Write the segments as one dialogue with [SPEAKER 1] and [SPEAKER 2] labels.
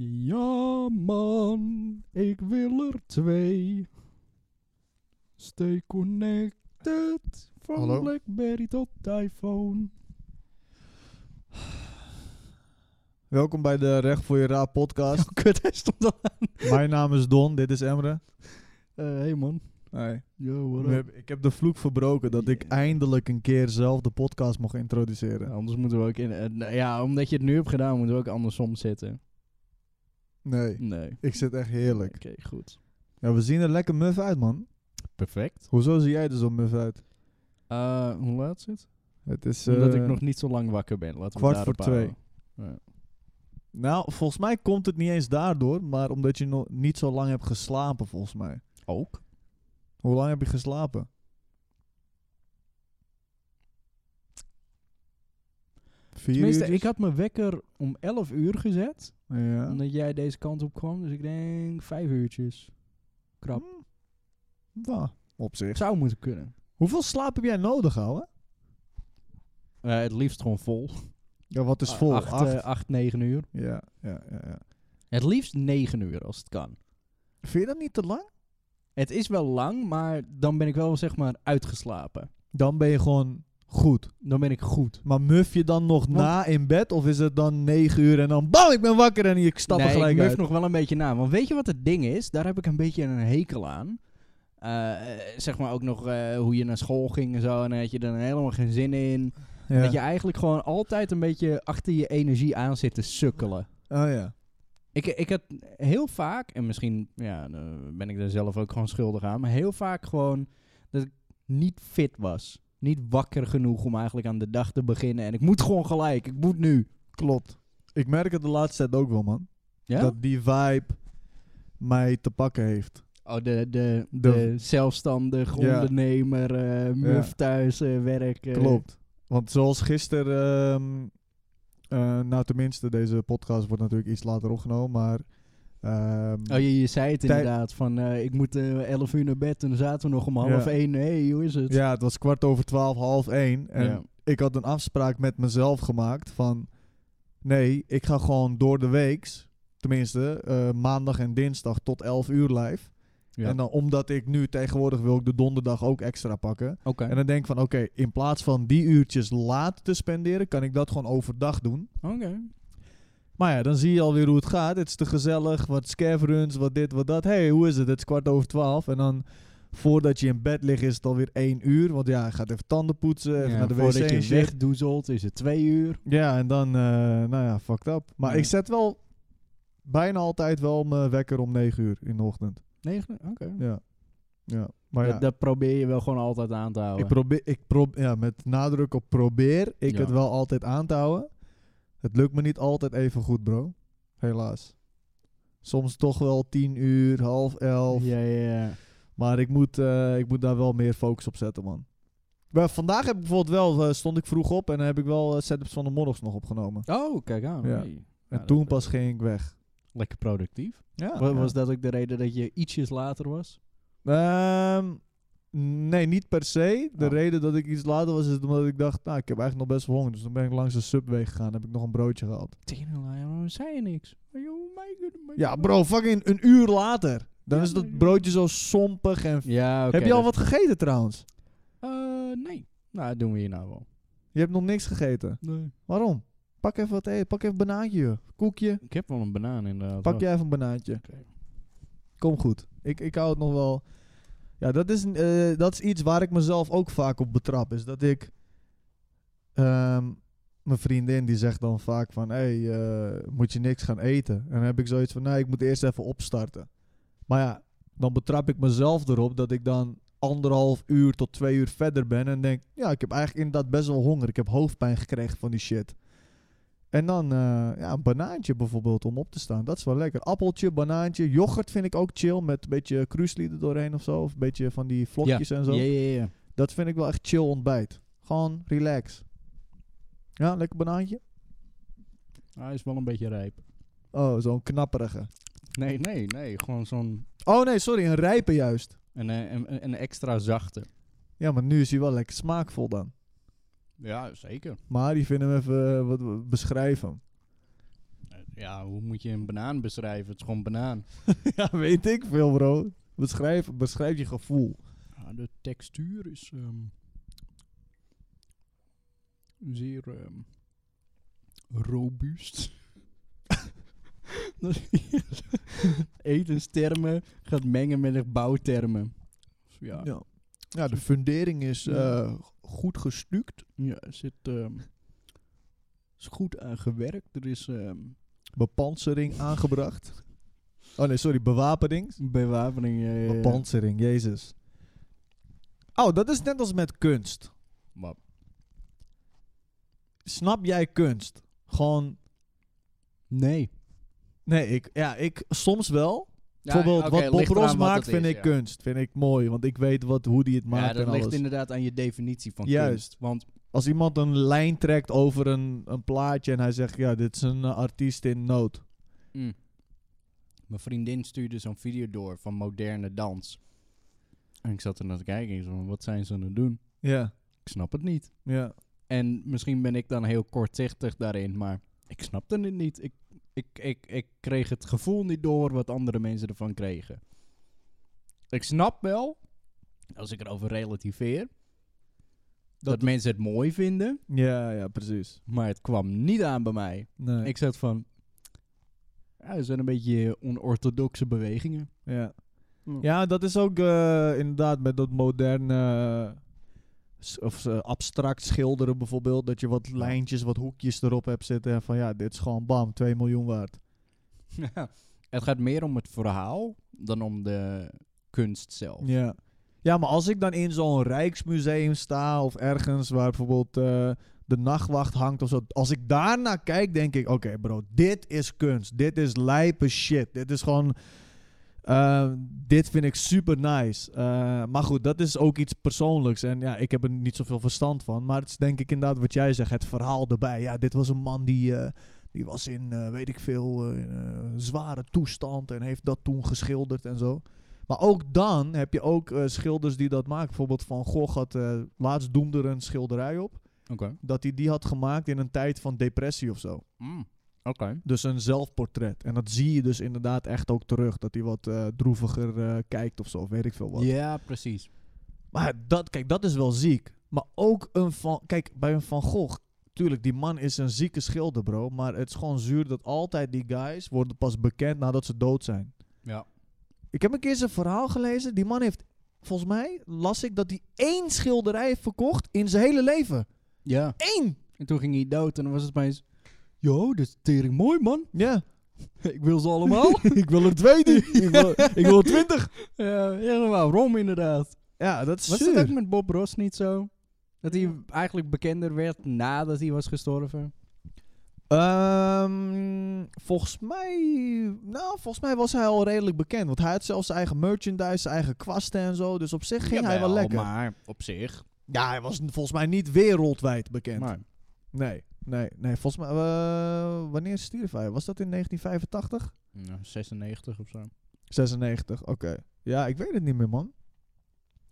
[SPEAKER 1] Ja, man, ik wil er twee. Stay connected. Van
[SPEAKER 2] Hallo?
[SPEAKER 1] Blackberry tot iPhone.
[SPEAKER 2] Welkom bij de Recht voor je Raad podcast.
[SPEAKER 1] Kut, hij stond al.
[SPEAKER 2] Mijn naam is Don, dit is Emre.
[SPEAKER 1] Eh, hey man.
[SPEAKER 2] Nee,
[SPEAKER 1] Yo, what
[SPEAKER 2] we
[SPEAKER 1] up?
[SPEAKER 2] hebben- ik heb de vloek verbroken dat ik
[SPEAKER 1] Yeah.
[SPEAKER 2] eindelijk een keer zelf de podcast mocht introduceren.
[SPEAKER 1] Ja, anders moeten we ook in. eh, nou ja, omdat je het nu hebt gedaan, moeten we ook andersom zitten.
[SPEAKER 2] Nee,
[SPEAKER 1] Nee.
[SPEAKER 2] ik zit echt heerlijk.
[SPEAKER 1] Oké, goed.
[SPEAKER 2] Ja, we zien er lekker muf uit, man.
[SPEAKER 1] Perfect.
[SPEAKER 2] Hoezo zie jij er zo muf uit?
[SPEAKER 1] Eh, hoe laat is het?
[SPEAKER 2] Het is...
[SPEAKER 1] omdat
[SPEAKER 2] eh,
[SPEAKER 1] ik nog niet zo lang wakker ben. Laten we
[SPEAKER 2] kwart
[SPEAKER 1] het
[SPEAKER 2] voor
[SPEAKER 1] daarop
[SPEAKER 2] twee.
[SPEAKER 1] houden.
[SPEAKER 2] Nou, volgens mij komt het niet eens daardoor, maar omdat je nog niet zo lang hebt geslapen, volgens mij.
[SPEAKER 1] Ook?
[SPEAKER 2] Hoe lang heb je geslapen? Vier
[SPEAKER 1] Tenminste,
[SPEAKER 2] uurtjes?
[SPEAKER 1] ik had mijn wekker om 11 uur gezet.
[SPEAKER 2] Ja.
[SPEAKER 1] Omdat jij deze kant op kwam. Dus ik denk vijf uurtjes. Krap.
[SPEAKER 2] Hmm. Nou, op zich.
[SPEAKER 1] Zou moeten kunnen.
[SPEAKER 2] Hoeveel slaap heb jij nodig, ouwe?
[SPEAKER 1] Eh, het liefst gewoon vol.
[SPEAKER 2] Ja, wat is
[SPEAKER 1] A-
[SPEAKER 2] vol?
[SPEAKER 1] Acht, eh, acht, negen uur.
[SPEAKER 2] Ja, ja, ja, ja.
[SPEAKER 1] Het liefst negen uur als het kan.
[SPEAKER 2] Vind je dat niet te lang?
[SPEAKER 1] Het is wel lang, maar dan ben ik wel zeg maar uitgeslapen.
[SPEAKER 2] Dan ben je gewoon goed.
[SPEAKER 1] Dan ben ik goed.
[SPEAKER 2] Maar muf je dan nog
[SPEAKER 1] Want-
[SPEAKER 2] na in bed? Of is het dan negen uur en dan bam, ik ben wakker en ik stap er
[SPEAKER 1] nee,
[SPEAKER 2] gelijk
[SPEAKER 1] ik muf
[SPEAKER 2] uit?
[SPEAKER 1] nog wel een beetje na. Want weet je wat het ding is? Daar heb ik een beetje een hekel aan. Eh, eh, zeg maar ook nog eh, hoe je naar school ging en zo. En dan had je er helemaal geen zin in.
[SPEAKER 2] Ja.
[SPEAKER 1] Dat je eigenlijk gewoon altijd een beetje achter je energie aan zit te sukkelen.
[SPEAKER 2] Oh ja.
[SPEAKER 1] Ik, ik had heel vaak, en misschien ja, eh, ben ik er zelf ook gewoon schuldig aan, maar heel vaak gewoon dat ik niet fit was. Niet wakker genoeg om eigenlijk aan de dag te beginnen. En ik moet gewoon gelijk, ik moet nu.
[SPEAKER 2] Klopt. Ik merk het de laatste tijd ook wel, man.
[SPEAKER 1] Ja?
[SPEAKER 2] Dat die vibe mij te pakken heeft.
[SPEAKER 1] oh, de, de, de,
[SPEAKER 2] De-
[SPEAKER 1] zelfstandig
[SPEAKER 2] Ja.
[SPEAKER 1] ondernemer, eh muf
[SPEAKER 2] Ja.
[SPEAKER 1] thuis, eh, werk. eh.
[SPEAKER 2] Klopt. Want zoals gisteren, ehm, eh, nou tenminste, deze podcast wordt natuurlijk iets later opgenomen, maar... ehm,
[SPEAKER 1] Oh, je, je zei het
[SPEAKER 2] Tij-
[SPEAKER 1] inderdaad, van eh, ik moet eh, 11 uur naar bed en dan zaten we nog om
[SPEAKER 2] Ja.
[SPEAKER 1] half één. Hé, hey, hoe is het?
[SPEAKER 2] Ja, het was kwart over twaalf, half één. En
[SPEAKER 1] Ja.
[SPEAKER 2] ik had een afspraak met mezelf gemaakt van... Nee, ik ga gewoon door de weeks, tenminste eh, maandag en dinsdag tot elf uur live.
[SPEAKER 1] Ja.
[SPEAKER 2] En dan omdat ik nu tegenwoordig wil ik de donderdag ook extra pakken.
[SPEAKER 1] Oké,
[SPEAKER 2] En dan denk ik van oké, in plaats van die uurtjes laat te spenderen, kan ik dat gewoon overdag doen.
[SPEAKER 1] oké.
[SPEAKER 2] Maar ja, dan zie je alweer hoe het gaat. Het is te gezellig, wat scaveruns, wat dit, wat dat. Hé, hey, hoe is het? Het is kwart over twaalf. En dan voordat je in bed ligt is het alweer één uur. Want ja, je gaat even tanden poetsen, even
[SPEAKER 1] Ja,
[SPEAKER 2] Eh, naar de wc
[SPEAKER 1] voordat
[SPEAKER 2] en
[SPEAKER 1] je
[SPEAKER 2] shit.
[SPEAKER 1] wegdoezelt is het twee uur.
[SPEAKER 2] Ja, en dan, eh, nou ja, fucked up. Maar
[SPEAKER 1] Ja.
[SPEAKER 2] ik zet wel bijna altijd wel mijn wekker om negen uur in de ochtend.
[SPEAKER 1] Negen? Oké.
[SPEAKER 2] Ja, ja. Maar
[SPEAKER 1] Dat-
[SPEAKER 2] ja,
[SPEAKER 1] Dat probeer je wel gewoon altijd aan te houden.
[SPEAKER 2] ik probeer, ik probeer, ja, met nadruk op probeer ik
[SPEAKER 1] Ja.
[SPEAKER 2] het wel altijd aan te houden. Het lukt me niet altijd even goed, bro. Helaas. Soms toch wel tien uur, half elf.
[SPEAKER 1] Ja, ja, ja.
[SPEAKER 2] Maar ik moet, eh, ik moet daar wel meer focus op zetten, man. Maar vandaag heb ik bijvoorbeeld wel, eh, stond ik vroeg op en heb ik wel eh, setups van de morgens nog opgenomen.
[SPEAKER 1] Oh, kijk aan.
[SPEAKER 2] Ja.
[SPEAKER 1] hey.
[SPEAKER 2] En
[SPEAKER 1] dat-
[SPEAKER 2] toen pas ging ik weg.
[SPEAKER 1] Lekker productief.
[SPEAKER 2] Ja,
[SPEAKER 1] Wa-
[SPEAKER 2] ja.
[SPEAKER 1] Was dat ook de reden dat je ietsjes later was?
[SPEAKER 2] Ehm, nee, niet per se. De
[SPEAKER 1] Oh.
[SPEAKER 2] reden dat ik iets later was, is omdat ik dacht, nou, ik heb eigenlijk nog best wel honger. Dus dan ben ik langs de subway gegaan, heb ik nog een broodje gehad.
[SPEAKER 1] Teringlijn, waarom zei je niks? Maar joh, mij kunnen mij-
[SPEAKER 2] Ja, bro, fucking een uur later. Dan
[SPEAKER 1] Ja,
[SPEAKER 2] is
[SPEAKER 1] nee.
[SPEAKER 2] dat broodje zo sompig en...
[SPEAKER 1] Ja, oké. dus-
[SPEAKER 2] heb je al
[SPEAKER 1] dat-
[SPEAKER 2] wat gegeten trouwens?
[SPEAKER 1] Eh, nee. Nou, dat doen we hier nou wel.
[SPEAKER 2] Je hebt nog niks gegeten.
[SPEAKER 1] Nee.
[SPEAKER 2] Waarom? Pak even wat eten. Pak even een banaantje, joh. Koekje.
[SPEAKER 1] Ik heb wel een banaan inderdaad.
[SPEAKER 2] Pak
[SPEAKER 1] Oh.
[SPEAKER 2] jij even een banaantje.
[SPEAKER 1] Oké.
[SPEAKER 2] Kom goed. Ik, ik hou het nog wel... Ja, dat is, eh, dat is iets waar ik mezelf ook vaak op betrap. Is dat ik... ehm, mijn vriendin die zegt dan vaak van... Hé, hey, eh, moet je niks gaan eten? En dan heb ik zoiets van... Nee, ik moet eerst even opstarten. Maar ja, dan betrap ik mezelf erop dat ik dan anderhalf uur tot twee uur verder ben. En denk, ja, ik heb eigenlijk inderdaad best wel honger. Ik heb hoofdpijn gekregen van die shit. En dan eh, ja, een banaantje bijvoorbeeld om op te staan. Dat is wel lekker. Appeltje, banaantje. Yoghurt vind ik ook chill. Met een beetje kruisli er doorheen of zo. Of een beetje van die vlokjes en zo.
[SPEAKER 1] Ja, ja, ja.
[SPEAKER 2] Dat vind ik wel echt chill ontbijt. Gewoon relax. Ja, lekker banaantje.
[SPEAKER 1] Hij is wel een beetje rijp.
[SPEAKER 2] Oh, zo'n knapperige.
[SPEAKER 1] Nee, nee, nee. Gewoon zo'n...
[SPEAKER 2] Oh nee, sorry, een rijpe juist.
[SPEAKER 1] Een, eh, een, een extra zachte.
[SPEAKER 2] Ja, maar nu is hij wel lekker smaakvol dan.
[SPEAKER 1] Ja, zeker.
[SPEAKER 2] Maar die vinden hem even, eh, wat, wat- beschrijf hem.
[SPEAKER 1] Ja, hoe moet je een banaan beschrijven? Het is gewoon banaan.
[SPEAKER 2] ja, weet ik veel, bro. Beschrijf, beschrijf je gevoel.
[SPEAKER 1] Ja, de textuur is ehm, zeer ehm, robuust. Dat is- Etenstermen gaat mengen met bouwtermen. Dus Ja, ja.
[SPEAKER 2] Ja. Ja, de fundering is
[SPEAKER 1] Ja.
[SPEAKER 2] eh, goed gestuukt.
[SPEAKER 1] er zit, ehm, is goed aan gewerkt. Er is ehm
[SPEAKER 2] Bepansering aangebracht. Oh nee, sorry, bewapening.
[SPEAKER 1] bewapening. ja, ja, ja.
[SPEAKER 2] Bepansering, jezus. Oh, dat is net als met kunst.
[SPEAKER 1] Maar
[SPEAKER 2] Snap jij kunst? Gewoon,
[SPEAKER 1] Nee.
[SPEAKER 2] nee, ik, ja, ik soms wel. Bijvoorbeeld wat Bob Ross maakt, vind ik kunst. Vind ik mooi, want ik weet wat, hoe die het
[SPEAKER 1] Ja,
[SPEAKER 2] maakt
[SPEAKER 1] dat
[SPEAKER 2] en
[SPEAKER 1] ligt
[SPEAKER 2] alles.
[SPEAKER 1] inderdaad aan je definitie van
[SPEAKER 2] Juist.
[SPEAKER 1] kunst. Want
[SPEAKER 2] Als iemand een lijn trekt over een, een plaatje en hij zegt, ja, dit is een eh, artiest in nood.
[SPEAKER 1] Mm. Mijn vriendin stuurde zo'n video door van moderne dans. En ik zat er naar te kijken en ik zo van, wat zijn ze aan het doen?
[SPEAKER 2] Ja,
[SPEAKER 1] Ik snap het niet.
[SPEAKER 2] ja.
[SPEAKER 1] En misschien ben ik dan heel kortzichtig daarin, maar ik snapte het niet. Ik, ik, ik, ik kreeg het gevoel niet door wat andere mensen ervan kregen. Ik snap wel, als ik erover relativeer, dat, mensen het mooi vinden,
[SPEAKER 2] Ja, ja, precies.
[SPEAKER 1] maar het kwam niet aan bij mij.
[SPEAKER 2] Nee.
[SPEAKER 1] Ik zat van, ja, het zijn een beetje onorthodoxe bewegingen.
[SPEAKER 2] Ja.
[SPEAKER 1] Ja.
[SPEAKER 2] ja, dat is ook eh, inderdaad met dat moderne s- of eh, abstract schilderen bijvoorbeeld. Dat je wat lijntjes, wat hoekjes erop hebt zitten. En van ja, dit is gewoon bam, 2 miljoen waard.
[SPEAKER 1] Ja, het gaat meer om het verhaal dan om de kunst zelf.
[SPEAKER 2] Ja. ja, maar als ik dan in zo'n Rijksmuseum sta of ergens waar bijvoorbeeld eh, de nachtwacht hangt of zo. Als ik daarnaar kijk, denk ik, oké bro, dit is kunst. Dit is lijpe shit. Dit is gewoon... eh, dit vind ik super nice. Eh, maar goed, dat is ook iets persoonlijks. En ja, ik heb er niet zoveel verstand van. Maar het is denk ik inderdaad wat jij zegt. Het verhaal erbij. Ja, dit was een man die... eh, die was in, eh, weet ik veel, eh, eh, zware toestand en heeft dat toen geschilderd en zo. Maar ook dan heb je ook eh, schilders die dat maken. Bijvoorbeeld Van Gogh had eh, laatst doemde er een schilderij op.
[SPEAKER 1] Oké.
[SPEAKER 2] Dat hij die had gemaakt in een tijd van depressie of zo.
[SPEAKER 1] Oké.
[SPEAKER 2] Dus een zelfportret. En dat zie je dus inderdaad echt ook terug. Dat hij wat eh, droeviger eh, kijkt of zo. Weet ik veel wat.
[SPEAKER 1] Ja, precies.
[SPEAKER 2] Maar dat, kijk, dat is wel ziek. Maar ook een van. Kijk, bij een Van Gogh. Tuurlijk, die man is een zieke schilder, bro. Maar het is gewoon zuur dat altijd die guys worden pas bekend nadat ze dood zijn.
[SPEAKER 1] Ja.
[SPEAKER 2] Ik heb een keer zijn verhaal gelezen. Die man heeft, volgens mij, las ik dat hij één schilderij heeft verkocht in zijn hele leven.
[SPEAKER 1] Ja.
[SPEAKER 2] Eén!
[SPEAKER 1] En toen ging hij dood en dan was het opeens... Yo, dit is tering mooi, man.
[SPEAKER 2] Ja.
[SPEAKER 1] Ik wil ze allemaal.
[SPEAKER 2] ik wil er twee nu. ik, wil, ik wil er twintig.
[SPEAKER 1] ja, ja, waarom inderdaad?
[SPEAKER 2] Ja, dat is
[SPEAKER 1] Was
[SPEAKER 2] zuur.
[SPEAKER 1] dat ook met Bob Ross niet zo? Dat hij eigenlijk bekender werd nadat hij was gestorven?
[SPEAKER 2] Ehm, volgens mij... Nou, volgens mij was hij al redelijk bekend. Want hij had zelfs zijn eigen merchandise, zijn eigen kwasten en zo. Dus op zich ging hij wel lekker.
[SPEAKER 1] maar op zich.
[SPEAKER 2] Ja, hij was n- volgens mij niet wereldwijd bekend.
[SPEAKER 1] Maar,
[SPEAKER 2] Nee, nee, nee. Volgens mij... eh, wanneer stierf hij? Was dat in 1985?
[SPEAKER 1] nou, 96 of zo.
[SPEAKER 2] 96, oké. Ja, ik weet het niet meer, man.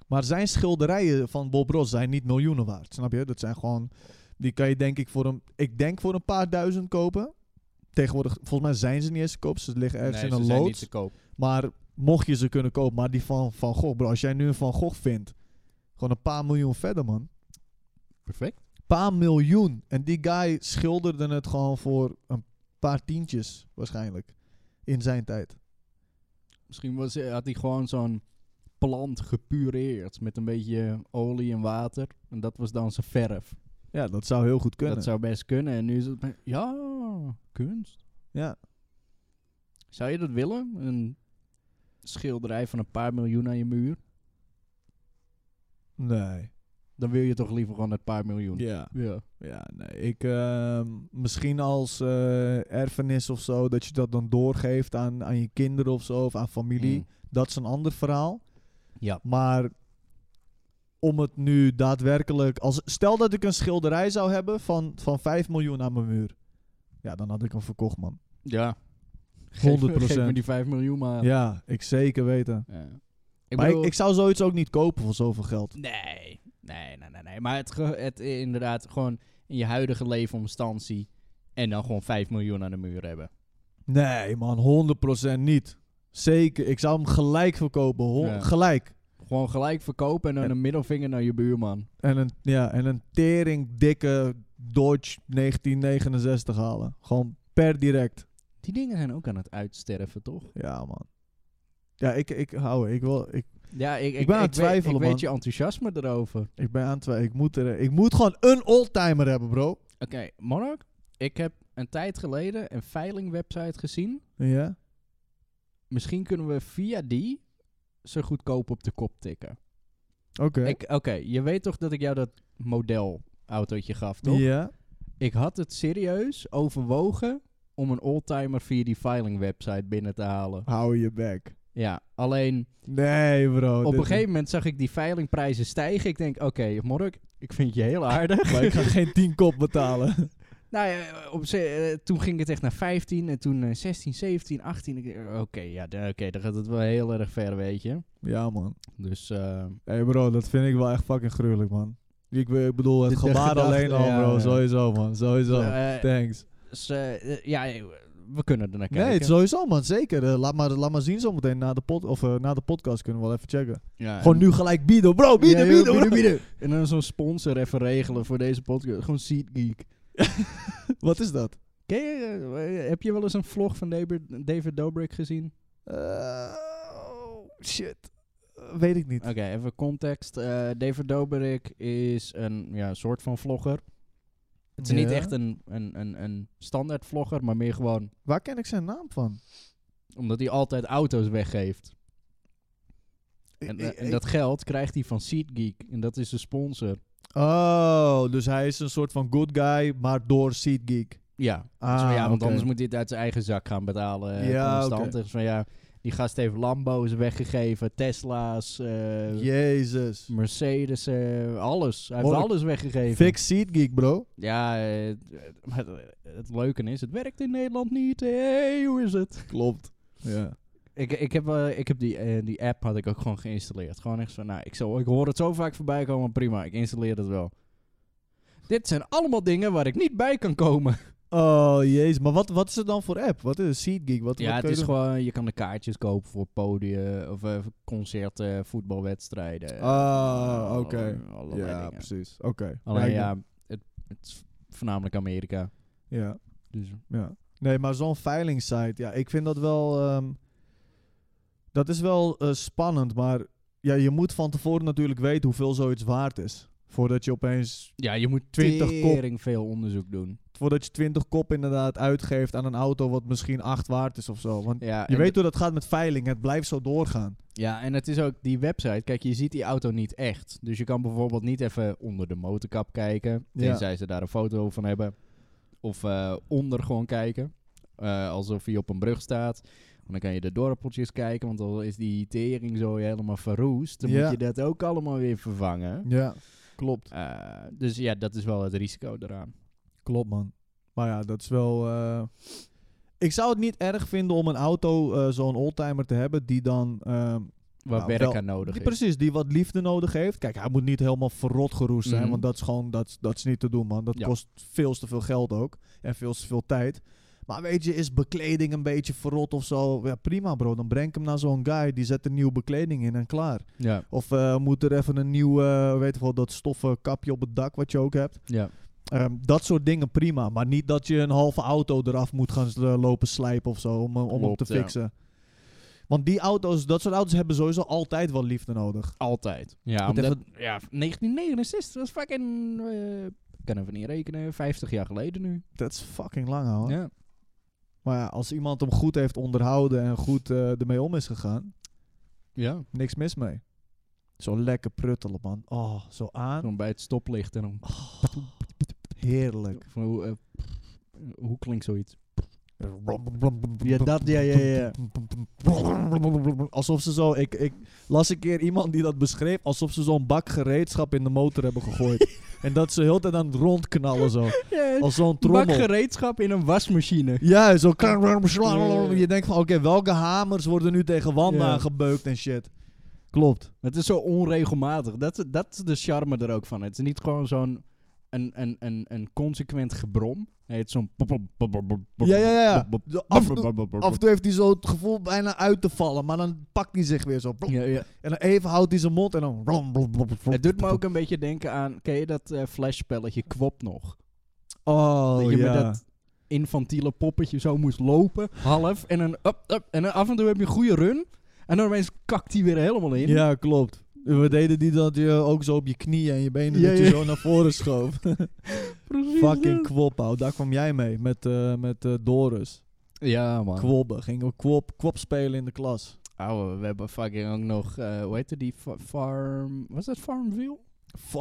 [SPEAKER 2] Maar zijn schilderijen van Bob Ross zijn niet miljoenen waard, snap je? Dat zijn gewoon... Die kan je denk ik voor een... Ik denk voor een paar duizend kopen. Tegenwoordig, volgens mij zijn ze niet eens te koop. Ze liggen ergens in een loods.
[SPEAKER 1] koop.
[SPEAKER 2] Maar mocht je ze kunnen kopen, maar die van Van Gogh, bro. Als jij nu een Van Gogh vindt, gewoon een paar miljoen verder, man.
[SPEAKER 1] Perfect.
[SPEAKER 2] paar miljoen. En die guy schilderde het gewoon voor een paar tientjes, waarschijnlijk. In zijn tijd.
[SPEAKER 1] Misschien was, had hij gewoon zo'n plant gepureerd met een beetje olie en water. En dat was dan zijn verf.
[SPEAKER 2] Ja, dat zou heel goed kunnen.
[SPEAKER 1] Dat zou best kunnen. En nu is het... bij- Ja, kunst.
[SPEAKER 2] Ja.
[SPEAKER 1] Zou je dat willen? Een schilderij van een paar miljoen aan je muur?
[SPEAKER 2] Nee.
[SPEAKER 1] Dan wil je toch liever gewoon het paar miljoen.
[SPEAKER 2] Ja,
[SPEAKER 1] Ja.
[SPEAKER 2] ja nee. Ik, ehm, misschien als eh, erfenis of zo, dat je dat dan doorgeeft aan, aan je kinderen of zo, of aan familie.
[SPEAKER 1] Mm.
[SPEAKER 2] Dat is een ander verhaal.
[SPEAKER 1] Ja.
[SPEAKER 2] Maar om het nu daadwerkelijk. Als, stel dat ik een schilderij zou hebben van, van 5 miljoen aan mijn muur. Ja, dan had ik hem verkocht, man.
[SPEAKER 1] Ja.
[SPEAKER 2] 100%.
[SPEAKER 1] Geef me die 5 miljoen maar.
[SPEAKER 2] Ja, ik zeker weten.
[SPEAKER 1] Ja.
[SPEAKER 2] Ik
[SPEAKER 1] Ik
[SPEAKER 2] maar
[SPEAKER 1] bedoel,
[SPEAKER 2] ik, ik zou zoiets ook niet kopen voor zoveel geld.
[SPEAKER 1] Nee, nee, nee, nee. nee. Maar het, ge- het i- inderdaad gewoon in je huidige leefomstantie en dan gewoon 5 miljoen aan de muur hebben.
[SPEAKER 2] Nee, man, 100% niet. Zeker, ik zou hem gelijk verkopen. hon-
[SPEAKER 1] Ja.
[SPEAKER 2] Gelijk.
[SPEAKER 1] Gewoon gelijk verkopen en dan
[SPEAKER 2] En-
[SPEAKER 1] een middelvinger naar je buurman.
[SPEAKER 2] En een, ja, en een tering dikke Dodge 1969 halen. Gewoon per direct.
[SPEAKER 1] Die dingen zijn ook aan het uitsterven, toch?
[SPEAKER 2] Ja, man. Ja, ik, ik hou, ik wil, ik,
[SPEAKER 1] Ja, ik,
[SPEAKER 2] ben aan het
[SPEAKER 1] weet-
[SPEAKER 2] twijfelen,
[SPEAKER 1] Ik
[SPEAKER 2] man.
[SPEAKER 1] weet je enthousiasme erover.
[SPEAKER 2] ik ben aan twee. Ik moet er, ik moet gewoon een oldtimer hebben, bro.
[SPEAKER 1] Oké, Monarch. Ik heb een tijd geleden een veilingwebsite gezien.
[SPEAKER 2] Ja.
[SPEAKER 1] Misschien kunnen we via die ze goedkoop op de kop tikken.
[SPEAKER 2] Oké.
[SPEAKER 1] Ik- Oké, je weet toch dat ik jou dat modelautootje gaf, toch?
[SPEAKER 2] Ja.
[SPEAKER 1] Ik had het serieus overwogen om een oldtimer via die veilingwebsite binnen te halen.
[SPEAKER 2] Hou je bek.
[SPEAKER 1] Ja, alleen
[SPEAKER 2] Nee, bro.
[SPEAKER 1] op
[SPEAKER 2] Oh, dit-
[SPEAKER 1] een gegeven moment zag ik die veilingprijzen stijgen. Ik denk, oké, Monarch, ik vind je heel aardig.
[SPEAKER 2] Maar ik ga geen 10 kop betalen.
[SPEAKER 1] Nou ja, op ze- eh, toen ging het echt naar 15 en toen eh, 16, 17, 18. Ik dacht, eh, Oké, ja, dan- oké, dan gaat het wel heel erg ver, weet je.
[SPEAKER 2] Ja, man.
[SPEAKER 1] Dus eh,
[SPEAKER 2] Hé, bro, dat vind ik wel echt fucking gruwelijk, man. Ik, be- ik bedoel, het
[SPEAKER 1] De- de
[SPEAKER 2] gebaar
[SPEAKER 1] gedachte,
[SPEAKER 2] alleen al,
[SPEAKER 1] ja,
[SPEAKER 2] bro.
[SPEAKER 1] ja.
[SPEAKER 2] Sowieso, man. Sowieso.
[SPEAKER 1] eh,
[SPEAKER 2] Thanks.
[SPEAKER 1] dus, eh, eh, ja, eh, we kunnen er naar kijken.
[SPEAKER 2] Nee, het sowieso, man. Zeker. Eh, laat, maar, laat maar zien zometeen na de, pod, of, eh, na de podcast. Kunnen we wel even checken.
[SPEAKER 1] Ja,
[SPEAKER 2] Gewoon
[SPEAKER 1] en-
[SPEAKER 2] nu gelijk bieden, bro. Bieden,
[SPEAKER 1] Ja, joh,
[SPEAKER 2] bieden, bro.
[SPEAKER 1] bieden, bieden. En dan zo'n sponsor even regelen voor deze podcast. Gewoon SeatGeek.
[SPEAKER 2] Wat is dat?
[SPEAKER 1] Ken je, eh, heb je wel eens een vlog van David, David Dobrik gezien?
[SPEAKER 2] Eh, oh, shit. Eh, weet ik niet.
[SPEAKER 1] Oké, even context. Eh, David Dobrik is een ja, soort van vlogger. Het is niet
[SPEAKER 2] Ja.
[SPEAKER 1] echt een, een, een, een standaard vlogger, maar meer gewoon
[SPEAKER 2] Waar ken ik zijn naam van?
[SPEAKER 1] omdat hij altijd auto's weggeeft. En, eh,
[SPEAKER 2] Ik-
[SPEAKER 1] en
[SPEAKER 2] ik-
[SPEAKER 1] dat geld krijgt hij van SeatGeek. En dat is de sponsor.
[SPEAKER 2] Oh, dus hij is een soort van good guy, maar door SeatGeek.
[SPEAKER 1] Ja,
[SPEAKER 2] Ah,
[SPEAKER 1] Zo, ja want
[SPEAKER 2] oké.
[SPEAKER 1] anders moet hij het uit zijn eigen zak gaan betalen. eh,
[SPEAKER 2] Ja,
[SPEAKER 1] constant.
[SPEAKER 2] oké.
[SPEAKER 1] Dus van, ja, die gast heeft Lambo's weggegeven, Tesla's, eh,
[SPEAKER 2] Jezus.
[SPEAKER 1] Mercedes, eh, alles. Hij heeft
[SPEAKER 2] Mooi.
[SPEAKER 1] alles weggegeven.
[SPEAKER 2] Fix SeatGeek, bro.
[SPEAKER 1] Ja, eh, maar het, het leuke is, het werkt in Nederland niet. hey, hoe is het?
[SPEAKER 2] Klopt. Ja.
[SPEAKER 1] Ik, ik heb, eh, ik heb die, eh, die app had ik ook gewoon geïnstalleerd. Gewoon echt zo, nou, ik, zo, ik hoor het zo vaak voorbij komen, prima, ik installeer het wel. Dit zijn allemaal dingen waar ik niet bij kan komen.
[SPEAKER 2] Oh, jezus. Maar wat, wat is het dan voor app? Wat is SeatGeek? Wat,
[SPEAKER 1] Ja,
[SPEAKER 2] wat
[SPEAKER 1] het
[SPEAKER 2] kun je
[SPEAKER 1] is
[SPEAKER 2] doen?
[SPEAKER 1] gewoon, je kan de kaartjes kopen voor podium of eh, voor concerten, voetbalwedstrijden.
[SPEAKER 2] Ah,
[SPEAKER 1] eh,
[SPEAKER 2] oké.
[SPEAKER 1] alle- Allerlei
[SPEAKER 2] Ja,
[SPEAKER 1] dingen.
[SPEAKER 2] precies. Oké.
[SPEAKER 1] Alleen
[SPEAKER 2] ik-
[SPEAKER 1] ja, het, het is voornamelijk Amerika.
[SPEAKER 2] ja.
[SPEAKER 1] Dus
[SPEAKER 2] Ja. Nee, maar zo'n veilingsite, ja, ik vind dat wel. ehm, dat is wel eh, spannend, maar ja, je moet van tevoren natuurlijk weten hoeveel zoiets waard is. Voordat je opeens.
[SPEAKER 1] ja, je moet
[SPEAKER 2] 20
[SPEAKER 1] 20
[SPEAKER 2] kop.
[SPEAKER 1] veel onderzoek doen.
[SPEAKER 2] Voordat je 20 kop inderdaad uitgeeft aan een auto wat misschien 8 waard is of zo. Want
[SPEAKER 1] Ja,
[SPEAKER 2] je
[SPEAKER 1] en
[SPEAKER 2] weet hoe dat gaat met veiling, het blijft zo doorgaan.
[SPEAKER 1] Ja, en het is ook die website. Kijk, je ziet die auto niet echt. Dus je kan bijvoorbeeld niet even onder de motorkap kijken.
[SPEAKER 2] Ja.
[SPEAKER 1] Tenzij ze daar een foto van hebben. Of eh, onder gewoon kijken. Eh, alsof je op een brug staat. En dan kan je de dorpeltjes kijken. Want al is die tering zo helemaal verroest. Dan
[SPEAKER 2] Ja.
[SPEAKER 1] moet je dat ook allemaal weer vervangen.
[SPEAKER 2] Ja, klopt.
[SPEAKER 1] Eh, dus ja, dat is wel het risico eraan.
[SPEAKER 2] Klopt, man. Maar ja, dat is wel. eh, ik zou het niet erg vinden om een auto, eh, zo'n oldtimer te hebben, die dan ehm,
[SPEAKER 1] Waar
[SPEAKER 2] Nou,
[SPEAKER 1] werk
[SPEAKER 2] wel-
[SPEAKER 1] aan nodig
[SPEAKER 2] die,
[SPEAKER 1] is.
[SPEAKER 2] Precies, die wat liefde nodig heeft. Kijk, hij moet niet helemaal verrot geroest zijn,
[SPEAKER 1] Mhm.
[SPEAKER 2] want dat is gewoon dat, is- dat is niet te doen, man. Dat
[SPEAKER 1] Ja.
[SPEAKER 2] kost veel te veel geld ook en veel te veel tijd. Maar weet je, is bekleding een beetje verrot of zo? Ja, prima bro, dan breng ik hem naar zo'n guy, die zet er nieuwe bekleding in en klaar.
[SPEAKER 1] Ja,
[SPEAKER 2] Of eh, moet er even een nieuw, eh, weet je wel, dat stoffen kapje op het dak wat je ook hebt.
[SPEAKER 1] ja.
[SPEAKER 2] Ehm, dat soort dingen prima, maar niet dat je een halve auto eraf moet gaan s- eh, lopen slijpen of zo om, eh, om
[SPEAKER 1] Klopt,
[SPEAKER 2] hem te
[SPEAKER 1] ja.
[SPEAKER 2] fixen. Want die auto's, dat soort auto's hebben sowieso altijd wel liefde nodig.
[SPEAKER 1] Altijd. Ja,
[SPEAKER 2] Moet
[SPEAKER 1] omdat,
[SPEAKER 2] even-
[SPEAKER 1] ja 1969 was fucking... eh, ik kan even niet rekenen. 50 jaar geleden nu.
[SPEAKER 2] Dat is fucking lang, hoor.
[SPEAKER 1] Ja.
[SPEAKER 2] Maar ja, als iemand hem goed heeft onderhouden en goed eh, ermee om is gegaan,
[SPEAKER 1] Ja.
[SPEAKER 2] niks mis mee. Zo lekker pruttelen, man. Oh, zo aan.
[SPEAKER 1] Gewoon bij het stoplicht en dan...
[SPEAKER 2] Oh, heerlijk.
[SPEAKER 1] Van, hoe, eh, hoe klinkt zoiets? Ja, dat, ja, ja, ja.
[SPEAKER 2] Alsof ze zo... Ik, ik las een keer iemand die dat beschreef... alsof ze zo'n bak gereedschap in de motor hebben gegooid. en dat ze heel de tijd aan het rondknallen zo. Als zo'n
[SPEAKER 1] Bak
[SPEAKER 2] trommel.
[SPEAKER 1] gereedschap in een wasmachine.
[SPEAKER 2] Ja, zo... Je denkt van, oké, welke hamers worden nu tegen wanden
[SPEAKER 1] Ja.
[SPEAKER 2] aangebeukt en shit. Klopt.
[SPEAKER 1] Het is zo onregelmatig. Dat, dat is de charme er ook van. Het is niet gewoon zo'n een, een, een, een consequent gebrom. Nee, het is zo'n... pop, pop, pop, pop, pop, pop,
[SPEAKER 2] Ja, ja, ja.
[SPEAKER 1] pop, pop,
[SPEAKER 2] De
[SPEAKER 1] pop,
[SPEAKER 2] af en toe-
[SPEAKER 1] pop, pop, pop,
[SPEAKER 2] af en toe heeft hij zo het gevoel bijna uit te vallen, maar dan pakt hij zich weer zo.
[SPEAKER 1] pop. Ja, ja.
[SPEAKER 2] En dan even houdt hij zijn mond en dan...
[SPEAKER 1] Het doet me ook een beetje denken aan... Ken je dat eh Flash-spelletje Kwop nog?
[SPEAKER 2] Oh,
[SPEAKER 1] dat je
[SPEAKER 2] ja.
[SPEAKER 1] met dat infantiele poppetje zo moest lopen. Half. En, een up, up, en dan af en toe heb je een goede run. En dan opeens kakt hij weer helemaal in.
[SPEAKER 2] Ja, klopt. We deden die dat je ook zo op je knieën en je benen
[SPEAKER 1] Ja,
[SPEAKER 2] dat je
[SPEAKER 1] ja.
[SPEAKER 2] zo naar voren schoof.
[SPEAKER 1] Precies.
[SPEAKER 2] Fucking kwophoud. Daar kwam jij mee met, eh, met eh, Doris.
[SPEAKER 1] Ja, man.
[SPEAKER 2] Kwobben. Gingen we kwop, kwop spelen in de klas.
[SPEAKER 1] Ouwe, we hebben fucking ook nog... eh hoe heette die? Fa- farm... Was dat Farmville?